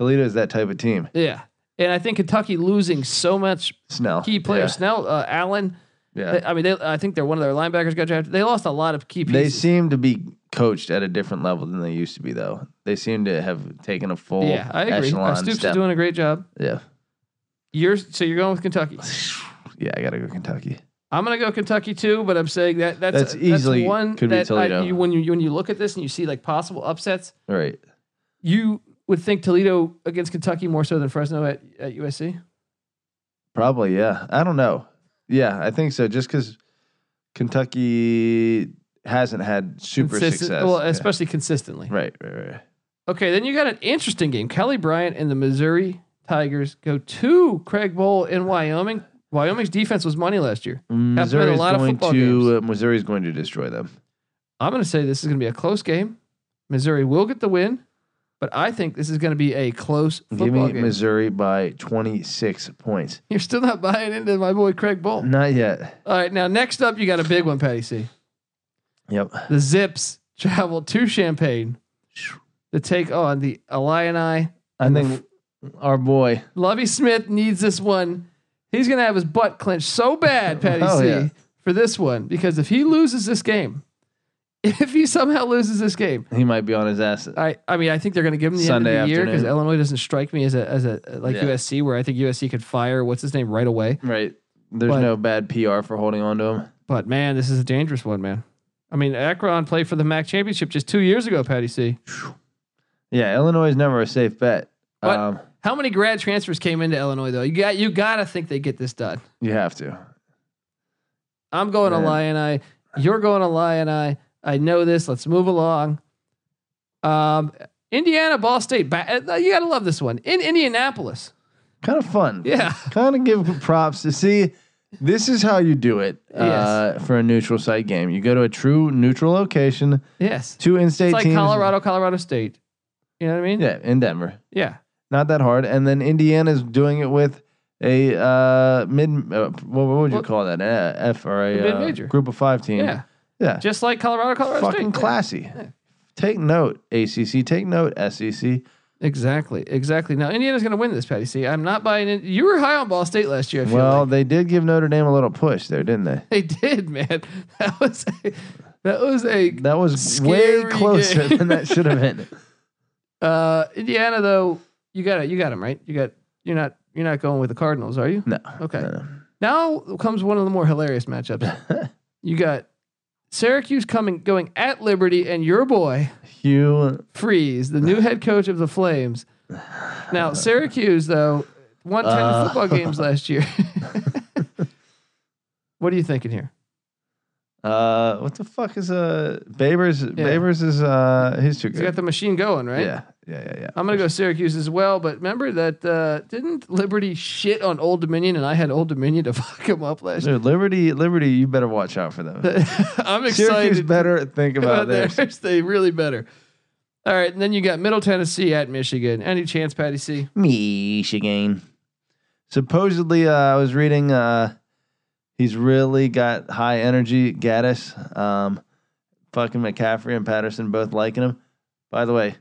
Speaker 3: Toledo is that type of team.
Speaker 1: Yeah, and I think Kentucky losing so much
Speaker 3: Snell
Speaker 1: key players. Snell, uh, Allen.
Speaker 3: Yeah,
Speaker 1: I mean, they, I think they're one of their linebackers got drafted. They lost a lot of key
Speaker 3: they
Speaker 1: pieces.
Speaker 3: seem to be coached at a different level than they used to be, though. They seem to have taken a full
Speaker 1: yeah, I agree.
Speaker 3: echelon
Speaker 1: Uh, Stoops
Speaker 3: step.
Speaker 1: is doing a great job.
Speaker 3: yeah,
Speaker 1: You're so you're going with Kentucky.
Speaker 3: yeah, I gotta go Kentucky.
Speaker 1: I'm gonna go Kentucky too, but I'm saying that that's
Speaker 3: That's easily
Speaker 1: one
Speaker 3: could be
Speaker 1: that I-
Speaker 3: Toledo.
Speaker 1: you, when you when you look at this and you see like possible upsets.
Speaker 3: All right,
Speaker 1: you would think Toledo against Kentucky more so than Fresno at, at USC.
Speaker 3: probably yeah. I don't know. Yeah, I think so. Just because Kentucky hasn't had super
Speaker 1: Consistent-
Speaker 3: success.
Speaker 1: Well,
Speaker 3: Yeah.
Speaker 1: especially consistently.
Speaker 3: right, right, right.
Speaker 1: Okay, then you got an interesting game. Kelly Bryant and the Missouri Tigers go to Craig Bowl in Wyoming. Wyoming's defense was money last year. That's been a
Speaker 3: Missouri's
Speaker 1: lot of
Speaker 3: going
Speaker 1: football
Speaker 3: to Missouri's going to destroy them.
Speaker 1: I'm going to say this is going to be a close game. Missouri will get the win, But I think this is going to be a close football
Speaker 3: Give me
Speaker 1: game.
Speaker 3: Missouri by 26 points.
Speaker 1: You're still not buying into my boy Craig Bull.
Speaker 3: Not yet.
Speaker 1: All right, now next up, you got a big one, Patty C.
Speaker 3: Yep.
Speaker 1: The Zips travel to Champaign to take on the Illini.
Speaker 3: I think our boy.
Speaker 1: Lovey Smith needs this one. He's going to have his butt clenched so bad, Patty
Speaker 3: Oh,
Speaker 1: C,
Speaker 3: yeah.
Speaker 1: for this one because if he loses this game, if he somehow loses this game,
Speaker 3: He might be on his ass.
Speaker 1: I I mean I think they're going to give him the
Speaker 3: Sunday
Speaker 1: end of the year because
Speaker 3: afternoon.
Speaker 1: Illinois doesn't strike me as a as a like
Speaker 3: Yeah.
Speaker 1: USC where I think USC could fire what's his name right away.
Speaker 3: Right. There's
Speaker 1: But-
Speaker 3: no bad PR for holding on to him.
Speaker 1: But man, this is a dangerous one, man. I mean, Akron played for the MAC championship just two years ago, Patty C.
Speaker 3: Yeah, Illinois is never a safe bet.
Speaker 1: But-
Speaker 3: Um,
Speaker 1: How many grad transfers came into Illinois though? You got you got to think they get this done.
Speaker 3: you have to.
Speaker 1: I'm going
Speaker 3: Man.
Speaker 1: Illini. You're going Illini. I know this. Let's move along. Um, Indiana, Ball State. Ba- uh, you got to love this one in Indianapolis.
Speaker 3: Kind of fun.
Speaker 1: Yeah.
Speaker 3: Kind of give props to see. This is how you do it uh, for a neutral site game. You go to a true neutral location.
Speaker 1: Yes.
Speaker 3: Two in-state
Speaker 1: It's like
Speaker 3: teams.
Speaker 1: Colorado, Colorado State. You know what I mean?
Speaker 3: Yeah, in Denver.
Speaker 1: Yeah.
Speaker 3: Not that hard. And then Indiana's doing it with a uh, mid. Uh, what, what would you
Speaker 1: Well-
Speaker 3: call that? Uh, F or a,
Speaker 1: A
Speaker 3: uh,
Speaker 1: mid-major.
Speaker 3: group of five team.
Speaker 1: Yeah.
Speaker 3: Yeah.
Speaker 1: Just like Colorado, Colorado
Speaker 3: Fucking
Speaker 1: State.
Speaker 3: classy. Take note, ACC. Take note, E SEC.
Speaker 1: Exactly. Exactly. Now, Indiana's going to win this, Patty. See, I'm not buying it. You were high on Ball State last year. I feel
Speaker 3: Well,
Speaker 1: like.
Speaker 3: they did give Notre Dame a little push there, didn't they?
Speaker 1: they did, man. That was a, that was a
Speaker 3: That was way
Speaker 1: Scary
Speaker 3: closer
Speaker 1: game.
Speaker 3: than that should have been.
Speaker 1: Uh, Indiana though, you got it. You got him right. You got you're not you're not going with the Cardinals, are you?
Speaker 3: No.
Speaker 1: Okay.
Speaker 3: No, no.
Speaker 1: Now comes one of the more hilarious matchups. you got Syracuse coming going at Liberty, and your boy
Speaker 3: Hugh,
Speaker 1: Freeze, the new head coach of the Flames. Now Syracuse though won ten
Speaker 3: Uh.
Speaker 1: football games last year. what are you thinking here?
Speaker 3: uh, what the fuck is uh Babers? Babers is uh he's too
Speaker 1: He's
Speaker 3: good.
Speaker 1: got the machine going, right?
Speaker 3: Yeah, yeah, yeah, yeah.
Speaker 1: I'm gonna go Syracuse as well, but remember that uh, didn't Liberty shit on Old Dominion, and I had Old Dominion to fuck him up last
Speaker 3: Dude, Liberty, Liberty, you better watch out for them.
Speaker 1: I'm
Speaker 3: Syracuse
Speaker 1: excited
Speaker 3: better think about
Speaker 1: about
Speaker 3: theirs.
Speaker 1: theirs. They really better. All right, and then you got Middle Tennessee at Michigan. Any chance, Patty C?
Speaker 3: Michigan. Supposedly, uh, I was reading. Uh, he's really got high energy. Gaddis, um, fucking McCaffrey and Patterson both liking him. By the way,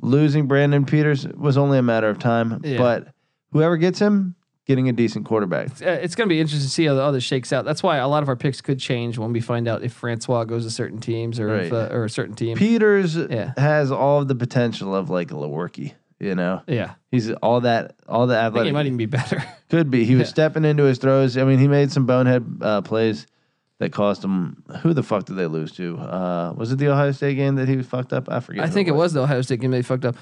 Speaker 3: losing Brandon Peters was only a matter of time.
Speaker 1: Yeah.
Speaker 3: But whoever gets him, getting a decent quarterback.
Speaker 1: Uh, It's going to be interesting to see how the other shakes out. That's why a lot of our picks could change when we find out if Francois goes to certain teams or if,
Speaker 3: Right.
Speaker 1: uh, or a certain team.
Speaker 3: Peters
Speaker 1: Yeah.
Speaker 3: has all of the potential of like a Lewerke. You know,
Speaker 1: yeah,
Speaker 3: he's all that, all the
Speaker 1: I think he
Speaker 3: athletic
Speaker 1: might even be better.
Speaker 3: Could be. He was
Speaker 1: Yeah.
Speaker 3: stepping into his throws. I mean, he made some bonehead uh, plays that cost him. Who the fuck did they lose to? Uh, was it the Ohio State game that he was fucked up? I forget.
Speaker 1: I
Speaker 3: who
Speaker 1: think it was the Ohio State game they fucked up.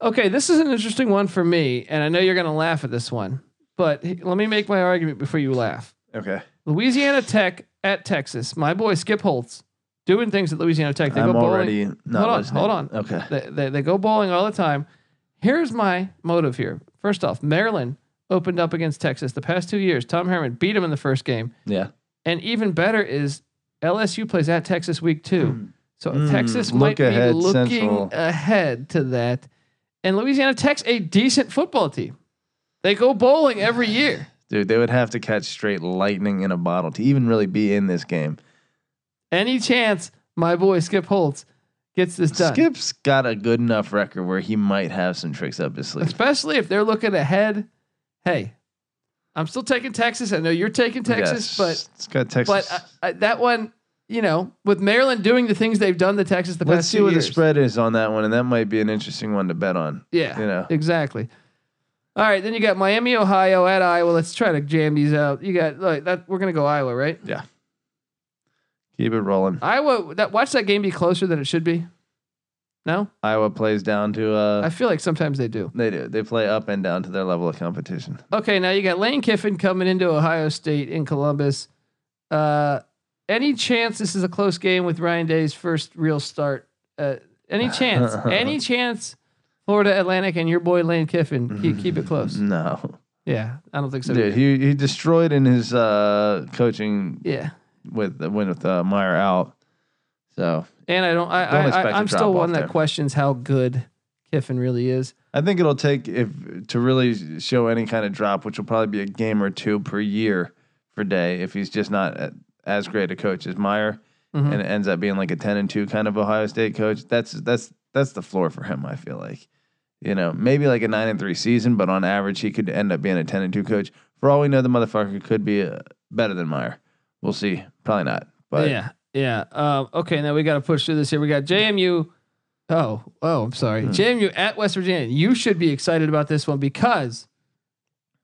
Speaker 1: Okay, this is an interesting one for me, and I know you're going to laugh at this one, but he- let me make my argument before you laugh.
Speaker 3: Okay.
Speaker 1: Louisiana Tech at Texas. My boy Skip Holtz doing things at Louisiana Tech. They
Speaker 3: I'm
Speaker 1: go bowling.
Speaker 3: already not
Speaker 1: Hold on,
Speaker 3: listening.
Speaker 1: hold on.
Speaker 3: Okay.
Speaker 1: They, they, they go bowling all the time. Here's my motive here. First off, Maryland opened up against Texas the past two years. Tom Herman beat him in the first game.
Speaker 3: Yeah.
Speaker 1: And even better is LSU plays at Texas week two. So
Speaker 3: Mm,
Speaker 1: Texas
Speaker 3: look
Speaker 1: might
Speaker 3: ahead,
Speaker 1: be looking
Speaker 3: Central.
Speaker 1: ahead to that. And Louisiana Tech's a decent football team. They go bowling every year.
Speaker 3: Dude, they would have to catch straight lightning in a bottle to even really be in this game.
Speaker 1: any chance my boy Skip Holtz gets this done.
Speaker 3: Skip's got a good enough record where he might have some tricks up his sleeve.
Speaker 1: Especially if they're looking ahead. Hey, I'm still taking Texas. I know you're taking Texas,
Speaker 3: Yes. it's got
Speaker 1: but
Speaker 3: Texas.
Speaker 1: but uh, I, I, that one, you know, with Maryland doing the things they've done to Texas the
Speaker 3: Let's
Speaker 1: past
Speaker 3: see
Speaker 1: two
Speaker 3: what
Speaker 1: years.
Speaker 3: the spread is on that one, and that might be an interesting one to bet on.
Speaker 1: Yeah,
Speaker 3: you know.
Speaker 1: exactly. All right, then you got Miami, Ohio at Iowa. Let's try to jam these out. You got like that. We're gonna go Iowa, right?
Speaker 3: Keep it rolling.
Speaker 1: Iowa. That watch that game be closer than it should be. No,
Speaker 3: Iowa plays down to uh,
Speaker 1: I feel like sometimes they do.
Speaker 3: They do. They play up and down to their level of competition.
Speaker 1: Okay, now you got Lane Kiffin coming into Ohio State in Columbus. Uh, any chance this is a close game with Ryan Day's first real start? Uh, any chance? any chance? Florida Atlantic and your boy Lane Kiffin keep, keep it close.
Speaker 3: No,
Speaker 1: Yeah, I don't think so.
Speaker 3: dude, Mm-hmm. he he destroyed in his uh, coaching
Speaker 1: yeah,
Speaker 3: with the win with uh, Meyer out. So
Speaker 1: and I don't. I,
Speaker 3: Don't
Speaker 1: I,
Speaker 3: expect
Speaker 1: I
Speaker 3: a
Speaker 1: I'm still
Speaker 3: drop-off
Speaker 1: one that
Speaker 3: there.
Speaker 1: questions how good Kiffin really is.
Speaker 3: I think it'll take if to really show any kind of drop, which will probably be a game or two per year for Day if he's just not a- as great a coach as Meyer,
Speaker 1: Mm-hmm.
Speaker 3: and it ends up being like a ten and two kind of Ohio State coach. That's that's that's the floor for him. I feel like, you know, maybe like a nine and three season, but on average, he could end up being a ten and two coach. For all we know, the motherfucker could be uh, better than Meyer. We'll see. Probably not. But
Speaker 1: yeah, yeah. Um, okay, now we got to push through this here. We got JMU. Oh, oh, I'm sorry. JMU at West Virginia. You should be excited about this one because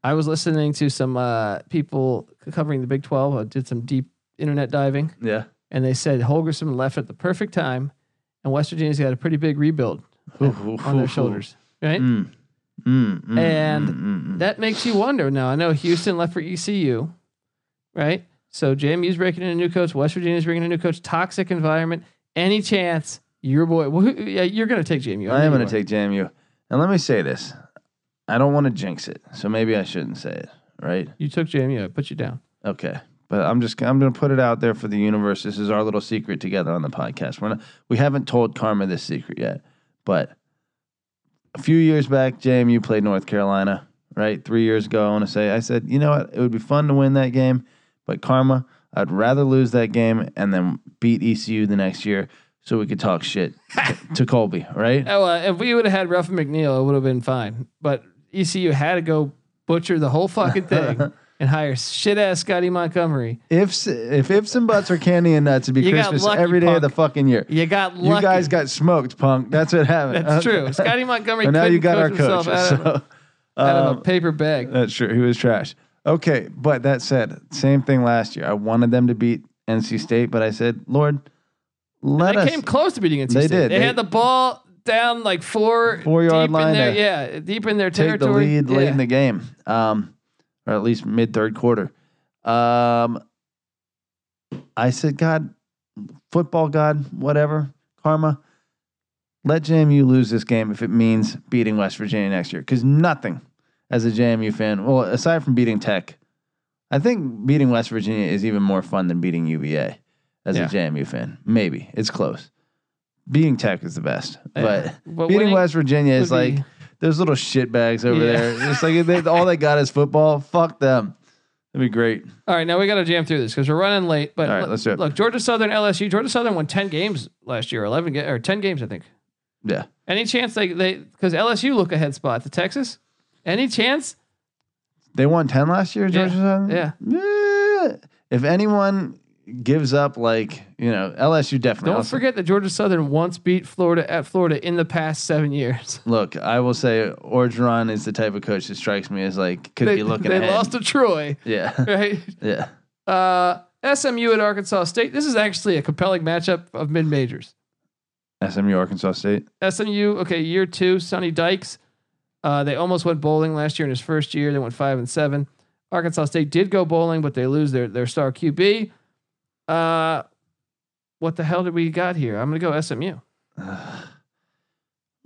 Speaker 1: I was listening to some uh, people covering the Big 12. I did some deep internet diving,
Speaker 3: yeah,
Speaker 1: and they said Holgerson left at the perfect time, and West Virginia's got a pretty big rebuild on their shoulders, right?
Speaker 3: Mm. Mm, mm,
Speaker 1: And
Speaker 3: mm, mm, mm.
Speaker 1: That makes you wonder. Now I know Houston left for ECU, right? So JMU's breaking in a new coach. West Virginia's bringing in a new coach. Toxic environment. Any chance your boy? Well, who, yeah, you're going to take JMU.
Speaker 3: I am
Speaker 1: know
Speaker 3: going
Speaker 1: you
Speaker 3: to take JMU. And let me say this I don't want to jinx it. So maybe I shouldn't say it, right?
Speaker 1: are. You took JMU. I put you down.
Speaker 3: Okay. But I'm just I'm going to put it out there for the universe. This is our little secret together on the podcast. We're not, we haven't told Karma this secret yet. But a few years back, JMU played North Carolina, right? 3 years ago, I want to say. I said, "You know what? It would be fun to win that game, but Karma, I'd rather lose that game and then beat ECU the next year so we could talk shit to, to Colby, right?
Speaker 1: Oh, uh, if we would have had Ruffin McNeil, it would have been fine. But ECU had to go butcher the whole fucking thing and hire shit ass Scotty Montgomery.
Speaker 3: Ifs, if ifs and buts are candy and nuts, it'd be
Speaker 1: You got
Speaker 3: Christmas
Speaker 1: lucky,
Speaker 3: every day of the
Speaker 1: punk.
Speaker 3: fucking year.
Speaker 1: You got lucky.
Speaker 3: You guys got smoked, punk. That's what happened.
Speaker 1: That's
Speaker 3: Okay.
Speaker 1: true. Scotty Montgomery.
Speaker 3: But now you
Speaker 1: couldn't
Speaker 3: got our
Speaker 1: coach himself
Speaker 3: coach.
Speaker 1: Out of,
Speaker 3: So,
Speaker 1: out of
Speaker 3: um,
Speaker 1: a paper bag.
Speaker 3: that's true. He was trash. Okay, but that said, same thing last year. I wanted them to beat NC State, but I said, Lord, let
Speaker 1: They
Speaker 3: us.
Speaker 1: came close to beating NC
Speaker 3: They
Speaker 1: State.
Speaker 3: did.
Speaker 1: They,
Speaker 3: They-
Speaker 1: had the ball down like four
Speaker 3: Four-yard
Speaker 1: deep
Speaker 3: line
Speaker 1: In their,
Speaker 3: to
Speaker 1: yeah, deep in their
Speaker 3: take the
Speaker 1: territory.
Speaker 3: lead late
Speaker 1: Yeah.
Speaker 3: in the game, um, or at least mid third quarter. Um, I said, God, football, God, whatever, karma, let JMU lose this game if it means beating West Virginia next year. Because nothing as a JMU fan, well, aside from beating Tech, I think beating West Virginia is even more fun than beating UVA as
Speaker 1: Yeah.
Speaker 3: a JMU fan. Maybe it's close. Beating Tech is the best,
Speaker 1: Yeah.
Speaker 3: but
Speaker 1: But
Speaker 3: beating
Speaker 1: winning
Speaker 3: West Virginia is
Speaker 1: would
Speaker 3: like
Speaker 1: be-
Speaker 3: those little shitbags over
Speaker 1: Yeah.
Speaker 3: there. It's like they, all they got is football. Fuck them. That'd be great.
Speaker 1: All right, now we got to jam through this because we're running late. But
Speaker 3: All right,
Speaker 1: look,
Speaker 3: let's do it.
Speaker 1: look, Georgia Southern, LSU. Georgia Southern won ten games last year, eleven ga- or ten games, I think.
Speaker 3: Yeah.
Speaker 1: Any chance they they because LSU look ahead spot to Texas? Any chance?
Speaker 3: They won 10 last year, Georgia Southern?
Speaker 1: yeah.
Speaker 3: Yeah. If anyone gives up, like, you know, LSU definitely.
Speaker 1: Don't
Speaker 3: I'll say-
Speaker 1: forget that Georgia Southern once beat Florida at Florida in the past seven years.
Speaker 3: Look, I will say Orgeron is the type of coach that strikes me as like could
Speaker 1: They,
Speaker 3: be looking
Speaker 1: they
Speaker 3: ahead.
Speaker 1: lost to Troy,
Speaker 3: yeah.
Speaker 1: right?
Speaker 3: Yeah.
Speaker 1: Uh, SMU at Arkansas State. This is actually a compelling matchup of mid majors.
Speaker 3: SMU, Arkansas State.
Speaker 1: SMU, okay, year two, Sonny Dykes. Uh, they almost went bowling last year in his first year. They went five and seven. Arkansas State did go bowling, but they lose their their star QB. Uh, what the hell did we got here? I'm gonna go SMU.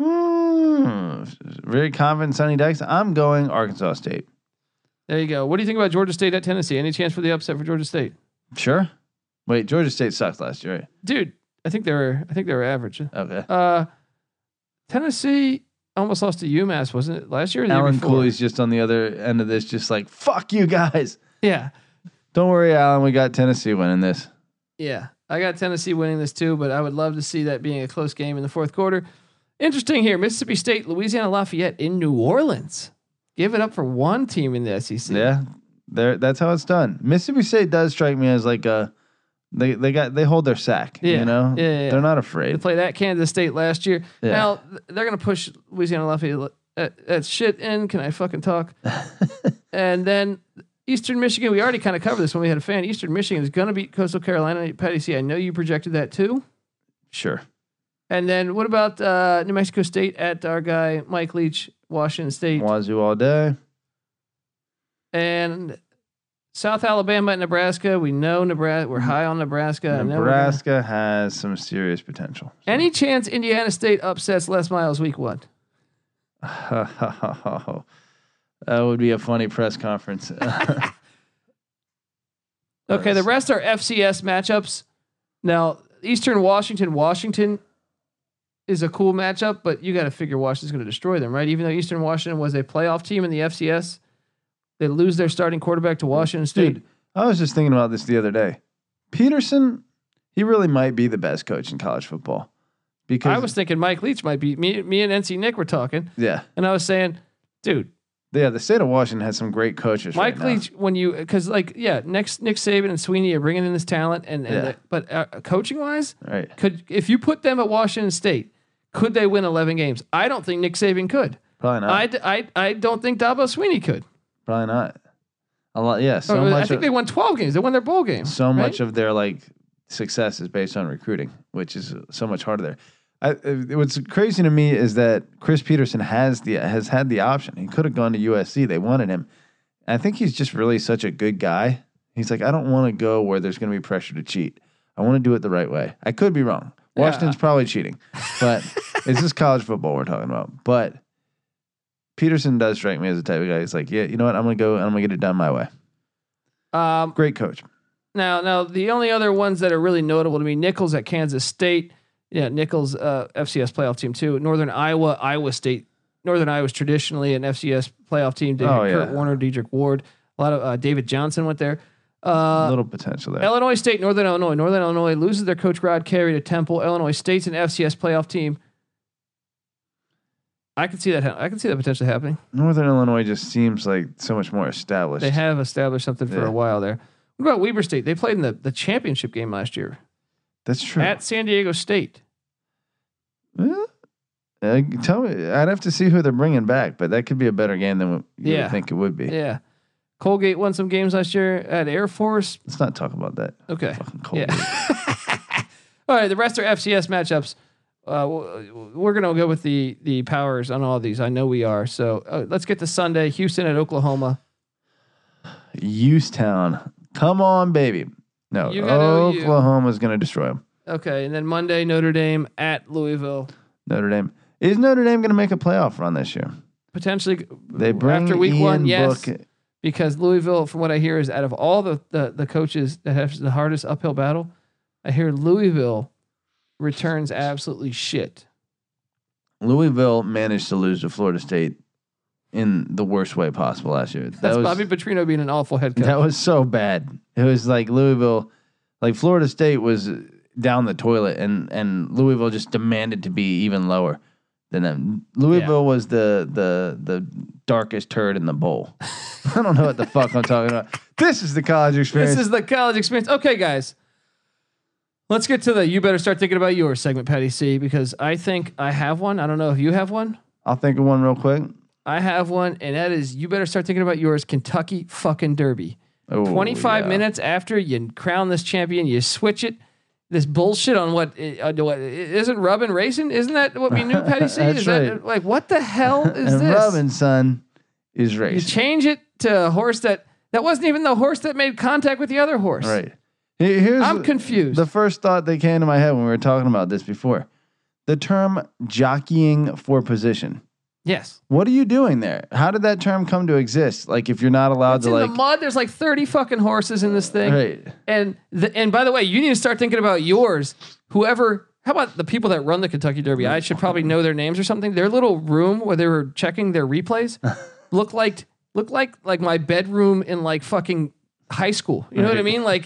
Speaker 3: Hmm. Very confident, Sonny Dykes. I'm going Arkansas State.
Speaker 1: There you go. What do you think about Georgia State at Tennessee? Any chance for the upset for Georgia State?
Speaker 3: Sure. Wait, Georgia State sucked last year,
Speaker 1: Dude, I think they were I think they were average.
Speaker 3: right? Okay.
Speaker 1: Uh, Tennessee almost lost to UMass, wasn't it last year? Or the year
Speaker 3: Alan
Speaker 1: before?
Speaker 3: Cooley's just on the other end of this, just like fuck you guys.
Speaker 1: Yeah.
Speaker 3: Don't worry, Alan. We got Tennessee winning this.
Speaker 1: Yeah, I got Tennessee winning this too, but I would love to see that being a close game in the fourth quarter. Interesting here, Mississippi State, Louisiana Lafayette in New Orleans. Give it up for one team in the E SEC.
Speaker 3: Yeah, there. That's how it's done. Mississippi State does strike me as like a they they got they hold their sack.
Speaker 1: Yeah.
Speaker 3: You know,
Speaker 1: Yeah, yeah, yeah.
Speaker 3: they're not
Speaker 1: They
Speaker 3: afraid.
Speaker 1: played at Kansas State last year.
Speaker 3: Yeah.
Speaker 1: Now th- they're going to push Louisiana Lafayette that, that shit in. Can I fucking talk? and then Eastern Michigan, we already kind of covered this when we had a fan. Eastern Michigan is going to beat Coastal Carolina. Patty C, I know you projected that too.
Speaker 3: Sure.
Speaker 1: And then what about uh, New Mexico State at our guy Mike Leach, Washington State?
Speaker 3: Wazoo all day.
Speaker 1: and South Alabama and Nebraska. We know Nebraska. We're high on Nebraska. I know we're gonna-
Speaker 3: Nebraska has some serious potential.
Speaker 1: Any chance Indiana State upsets Les Miles week one?
Speaker 3: that would be a funny press conference.
Speaker 1: Okay, the rest are FCS matchups. Now, Eastern Washington, Washington is a cool matchup, but you got to figure Washington's going to destroy them, right? Even though Eastern Washington was a playoff team in the FCS, they lose their starting quarterback to Washington State.
Speaker 3: Dude, I was just thinking about this the other day. Peterson, he really might be the best coach in college football because
Speaker 1: I was thinking Mike Leach might be me. Me and NC Nick were talking,
Speaker 3: yeah,
Speaker 1: and I was saying, dude,
Speaker 3: yeah. The state of Washington has some great coaches.
Speaker 1: Mike
Speaker 3: right now.
Speaker 1: Leach, when you because like yeah, next Nick Saban and Sweeney are bringing in this talent, and, and
Speaker 3: Yeah.
Speaker 1: the- but uh, coaching wise,
Speaker 3: right?
Speaker 1: could if you put them at Washington State, could they win eleven games? I don't think Nick Saban could.
Speaker 3: Probably not.
Speaker 1: I, d- I, I don't think Dabo Sweeney could.
Speaker 3: Probably not. A lot, yeah. So
Speaker 1: Or, Oh, I
Speaker 3: much.
Speaker 1: think
Speaker 3: of-
Speaker 1: they won twelve games. They won their bowl game.
Speaker 3: so
Speaker 1: right?
Speaker 3: much of their like success is based on recruiting, which is so much harder there. I, uh, what's crazy to me is that Chris Peterson has the has had the option. He could have gone to USC. They wanted him. I think he's just really such a good guy. He's like, I don't want to go where there's going to be pressure to cheat. I want to do it the right way. I could be wrong. Washington's probably cheating, but it's just college football we're talking about. But Peterson does strike me as the type of guy. He's like, yeah, you know what? I'm going to go and I'm going to get it done my way.
Speaker 1: Um,
Speaker 3: Great coach.
Speaker 1: now, now the only other ones that are really notable to me: Nichols at Kansas State. Yeah, Nichols, uh, FCS playoff team too. Northern Iowa, Iowa State. Northern Iowa is traditionally an FCS playoff team. David
Speaker 3: Oh,
Speaker 1: Kurt
Speaker 3: yeah.
Speaker 1: Warner, Dedrick Ward, a lot of uh, David Johnson went there.
Speaker 3: A
Speaker 1: Uh,
Speaker 3: little potential there.
Speaker 1: Illinois State, Northern Illinois. Northern Illinois loses their coach Rod Carey to Temple. Illinois State's an FCS playoff team. I can see that. hap- I can see that potentially happening.
Speaker 3: Northern Illinois just seems like so much more established.
Speaker 1: They have established something for
Speaker 3: Yeah.
Speaker 1: a while there. What about Weber State? They played in the, the championship game last year
Speaker 3: That's true.
Speaker 1: at San Diego State.
Speaker 3: Eh? Uh, tell me, I'd have to see who they're bringing back, but that could be a better game than what you would
Speaker 1: Yeah.
Speaker 3: think it would be.
Speaker 1: Yeah, Colgate won some games last year at Air Force.
Speaker 3: Let's not talk about that.
Speaker 1: Okay,
Speaker 3: Fucking cold.
Speaker 1: yeah. all right, the rest are FCS matchups. Uh, w- we're gonna go with the the powers on all these. I know we are. So uh, let's get to Sunday. Houston at Oklahoma.
Speaker 3: Youngstown, come on, baby. No,
Speaker 1: You got OU.
Speaker 3: Oklahoma's going to destroy them.
Speaker 1: Okay, and then Monday Notre Dame at Louisville.
Speaker 3: Notre Dame is Notre Dame going to make a playoff run this year?
Speaker 1: Potentially
Speaker 3: They bring
Speaker 1: after week
Speaker 3: Ian
Speaker 1: one, yes,
Speaker 3: Book-
Speaker 1: because Louisville, from what I hear, is out of all the, the the coaches that have the hardest uphill battle. I hear Louisville returns absolutely shit.
Speaker 3: Louisville managed to lose to Florida State in the worst way possible last year. That
Speaker 1: That's
Speaker 3: was
Speaker 1: Bobby Petrino being an awful head coach.
Speaker 3: That was so bad. It was like Louisville, like Florida State was down the toilet, and and Louisville just demanded to be even lower than them. Louisville was the the the darkest turd in the bowl. I don't know what the fuck I'm talking about. This is the college experience.
Speaker 1: this is the college experience. Okay, guys, let's get to the you better start thinking about yours segment, Patty C, because I think I have one. I don't know if you have one.
Speaker 3: I'll think of one real quick.
Speaker 1: I have one, and that is you better start thinking about yours. Kentucky fucking Derby.
Speaker 3: Oh,
Speaker 1: 25
Speaker 3: yeah.
Speaker 1: minutes after you crown this champion, you switch it. This bullshit on what, uh, what isn't Robin racing? Isn't that what we knew, Patty C?
Speaker 3: That's
Speaker 1: is that
Speaker 3: right.
Speaker 1: like what the hell is
Speaker 3: and
Speaker 1: this?
Speaker 3: Robinson is
Speaker 1: You
Speaker 3: racing.
Speaker 1: change it to a horse that that wasn't even the horse that made contact with the other horse.
Speaker 3: right. Here- Here's
Speaker 1: I'm confused.
Speaker 3: The first thought that came to my head when we were talking about this before, the term jockeying for position.
Speaker 1: yes,
Speaker 3: What are you doing there? How did that term come to exist? Like, if you're not allowed
Speaker 1: it's
Speaker 3: to,
Speaker 1: in
Speaker 3: like,
Speaker 1: the mud. There's like 30 fucking horses in this thing,
Speaker 3: right?
Speaker 1: and the, and by the way, you need to start thinking about yours. Whoever. How about the people that run the Kentucky Derby? I should probably know their names or something. Their little room where they were checking their replays looked like looked like like my bedroom in like fucking high school. You know what I mean? Like,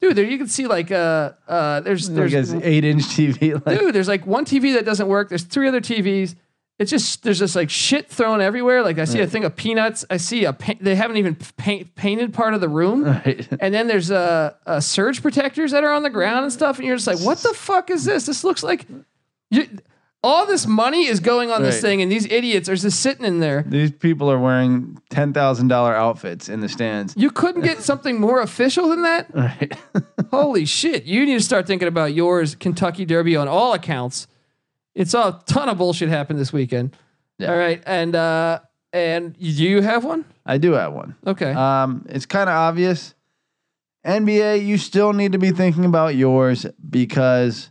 Speaker 1: dude, there you can see like uh uh there's
Speaker 3: Like
Speaker 1: there's
Speaker 3: an eight-inch TV. Like,
Speaker 1: dude, there's like one TV that doesn't work. There's three other TVs. It's just there's just like shit thrown everywhere. Like I see a thing of peanuts. I see a pa- they haven't even paint, painted part of the room.
Speaker 3: right.
Speaker 1: And then there's uh, uh surge protectors that are on the ground and stuff. And you're just like, what the fuck is this? This looks like you. All this money is going on this
Speaker 3: Right.
Speaker 1: thing, and these idiots are just sitting in there.
Speaker 3: These people are wearing ten thousand dollar outfits in the stands.
Speaker 1: You couldn't get something more official than that.
Speaker 3: Right.
Speaker 1: Holy shit! You need to start thinking about yours, Kentucky Derby, on all accounts. It's a ton of bullshit happened this weekend.
Speaker 3: Yeah.
Speaker 1: All right, and uh, and you have one?
Speaker 3: I do have one.
Speaker 1: Okay.
Speaker 3: Um, it's kind of obvious. NBA, you still need to be thinking about yours because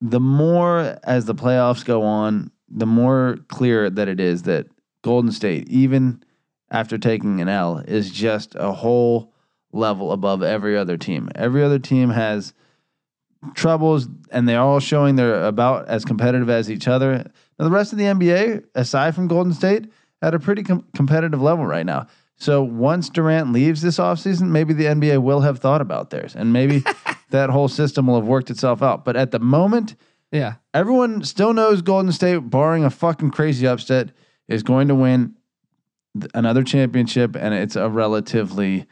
Speaker 3: the more as the playoffs go on, the more clear that it is that Golden State, even after taking an L, is just a whole level above every other team. Every other team has troubles, and they're all showing they're about as competitive as each other. Now, the rest of the NBA, aside from Golden State, at a pretty com- competitive level right now. So once Durant leaves this offseason, maybe the NBA will have thought about theirs, and maybe that whole system will have worked itself out. But at the moment,
Speaker 1: Yeah.
Speaker 3: everyone still knows Golden State, barring a fucking crazy upset, is going to win th- another championship, and it's a relatively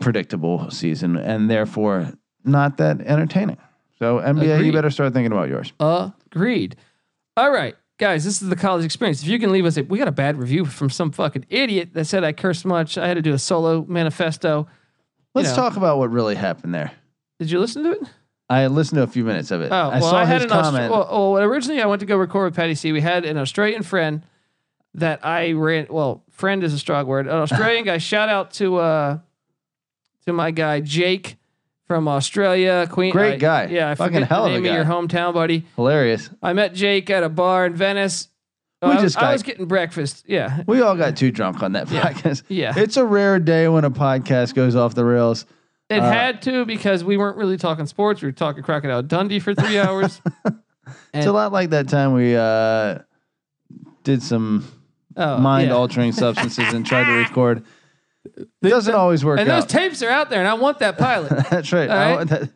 Speaker 3: predictable season, and therefore not that entertaining. So NBA,
Speaker 1: Agreed.
Speaker 3: you better start thinking about yours.
Speaker 1: Agreed. All right, guys, this is the college experience. If you can leave us, a, we got a bad review from some fucking idiot that said I cursed much. I had to do a solo manifesto.
Speaker 3: Let's
Speaker 1: know.
Speaker 3: talk about what really happened there.
Speaker 1: Did you listen to it?
Speaker 3: I listened to a few minutes of it.
Speaker 1: Oh,
Speaker 3: I
Speaker 1: well,
Speaker 3: saw
Speaker 1: I had
Speaker 3: his
Speaker 1: an Austra-
Speaker 3: comment.
Speaker 1: well, well, originally I went to go record with Patty C. We had an Australian friend that I ran. Well, friend is a strong word. An Australian guy. Shout out to uh to my guy Jake from Australia, Queen.
Speaker 3: Great
Speaker 1: I-
Speaker 3: guy.
Speaker 1: Yeah, I
Speaker 3: Fucking
Speaker 1: forget
Speaker 3: hell
Speaker 1: the
Speaker 3: of a
Speaker 1: name
Speaker 3: guy.
Speaker 1: of your hometown, buddy.
Speaker 3: Hilarious.
Speaker 1: I met Jake at a bar in Venice.
Speaker 3: We
Speaker 1: I, was-
Speaker 3: just
Speaker 1: I
Speaker 3: got-
Speaker 1: was getting breakfast. Yeah.
Speaker 3: We all got too drunk on that podcast.
Speaker 1: Yeah.
Speaker 3: It's a rare day when a podcast goes off the rails.
Speaker 1: It
Speaker 3: Uh,
Speaker 1: had to because we weren't really talking sports. We were talking Crocodile Dundee for three hours.
Speaker 3: It's a lot like that time we uh, did some
Speaker 1: Oh,
Speaker 3: mind
Speaker 1: yeah.
Speaker 3: altering substances and tried to record. It doesn't always work
Speaker 1: And those
Speaker 3: out.
Speaker 1: tapes are out there, and I want that pilot.
Speaker 3: That's right.
Speaker 1: All
Speaker 3: I
Speaker 1: right.
Speaker 3: want that-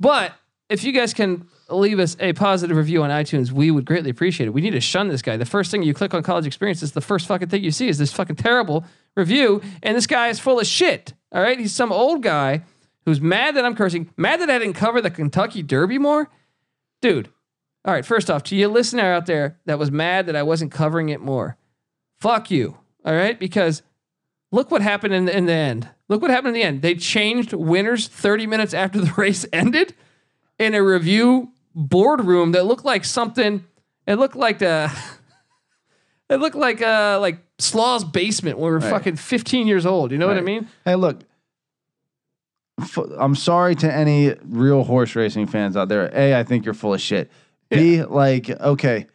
Speaker 1: but if you guys can leave us a positive review on iTunes, we would greatly appreciate it. We need to shun this guy. The first thing you click on College Experience is the first fucking thing you see is this fucking terrible review, and this guy is full of shit. All right, he's some old guy who's mad that I'm cursing, mad that I didn't cover the Kentucky Derby more, dude. All right, first off, to your listener out there that was mad that I wasn't covering it more, fuck you. All right, because look what happened in the, in the end. Look what happened in the end. They changed winners 30 minutes after the race ended in a review boardroom that looked like something. It looked like the. It looked like uh like Slaw's basement when we were
Speaker 3: Right.
Speaker 1: fucking 15 years old. You know what I
Speaker 3: Right.
Speaker 1: mean?
Speaker 3: hey, look. F- I'm sorry to any real horse racing fans out there. A, I think you're full of shit. B, like, okay,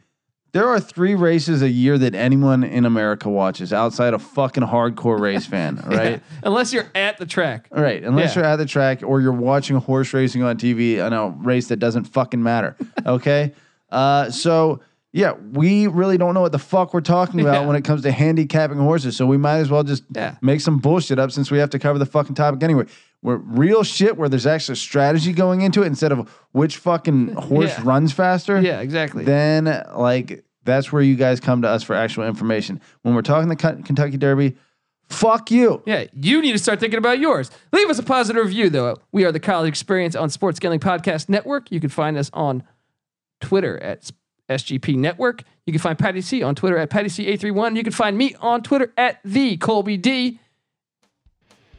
Speaker 3: there are three races a year that anyone in America watches outside a fucking hardcore race fan, right?
Speaker 1: Unless you're at the track.
Speaker 3: All right, unless
Speaker 1: Yeah.
Speaker 3: you're at the track or you're watching horse racing on TV on a race that doesn't fucking matter. Okay, uh, so yeah, we really don't know what the fuck we're talking about
Speaker 1: Yeah.
Speaker 3: when it comes to handicapping horses. So we might as well just
Speaker 1: Yeah.
Speaker 3: make some bullshit up since we have to cover the fucking topic anyway. We're real shit where there's actually strategy going into it instead of which fucking horse
Speaker 1: Yeah.
Speaker 3: runs faster.
Speaker 1: Yeah, exactly.
Speaker 3: Then like that's where you guys come to us for actual information. When we're talking the Ken- Kentucky Derby, fuck you.
Speaker 1: Yeah, you need to start thinking about yours. Leave us a positive review, though. We are the College Experience on Sports Gambling Podcast Network. You can find us on Twitter at SGP Network. You can find Patty C on Twitter at Patty C831. You can find me on Twitter at the Colby D.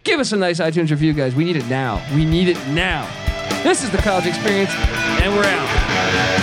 Speaker 1: Give us a nice iTunes review, guys. We need it now. We need it now. This is the College Experience, and we're out.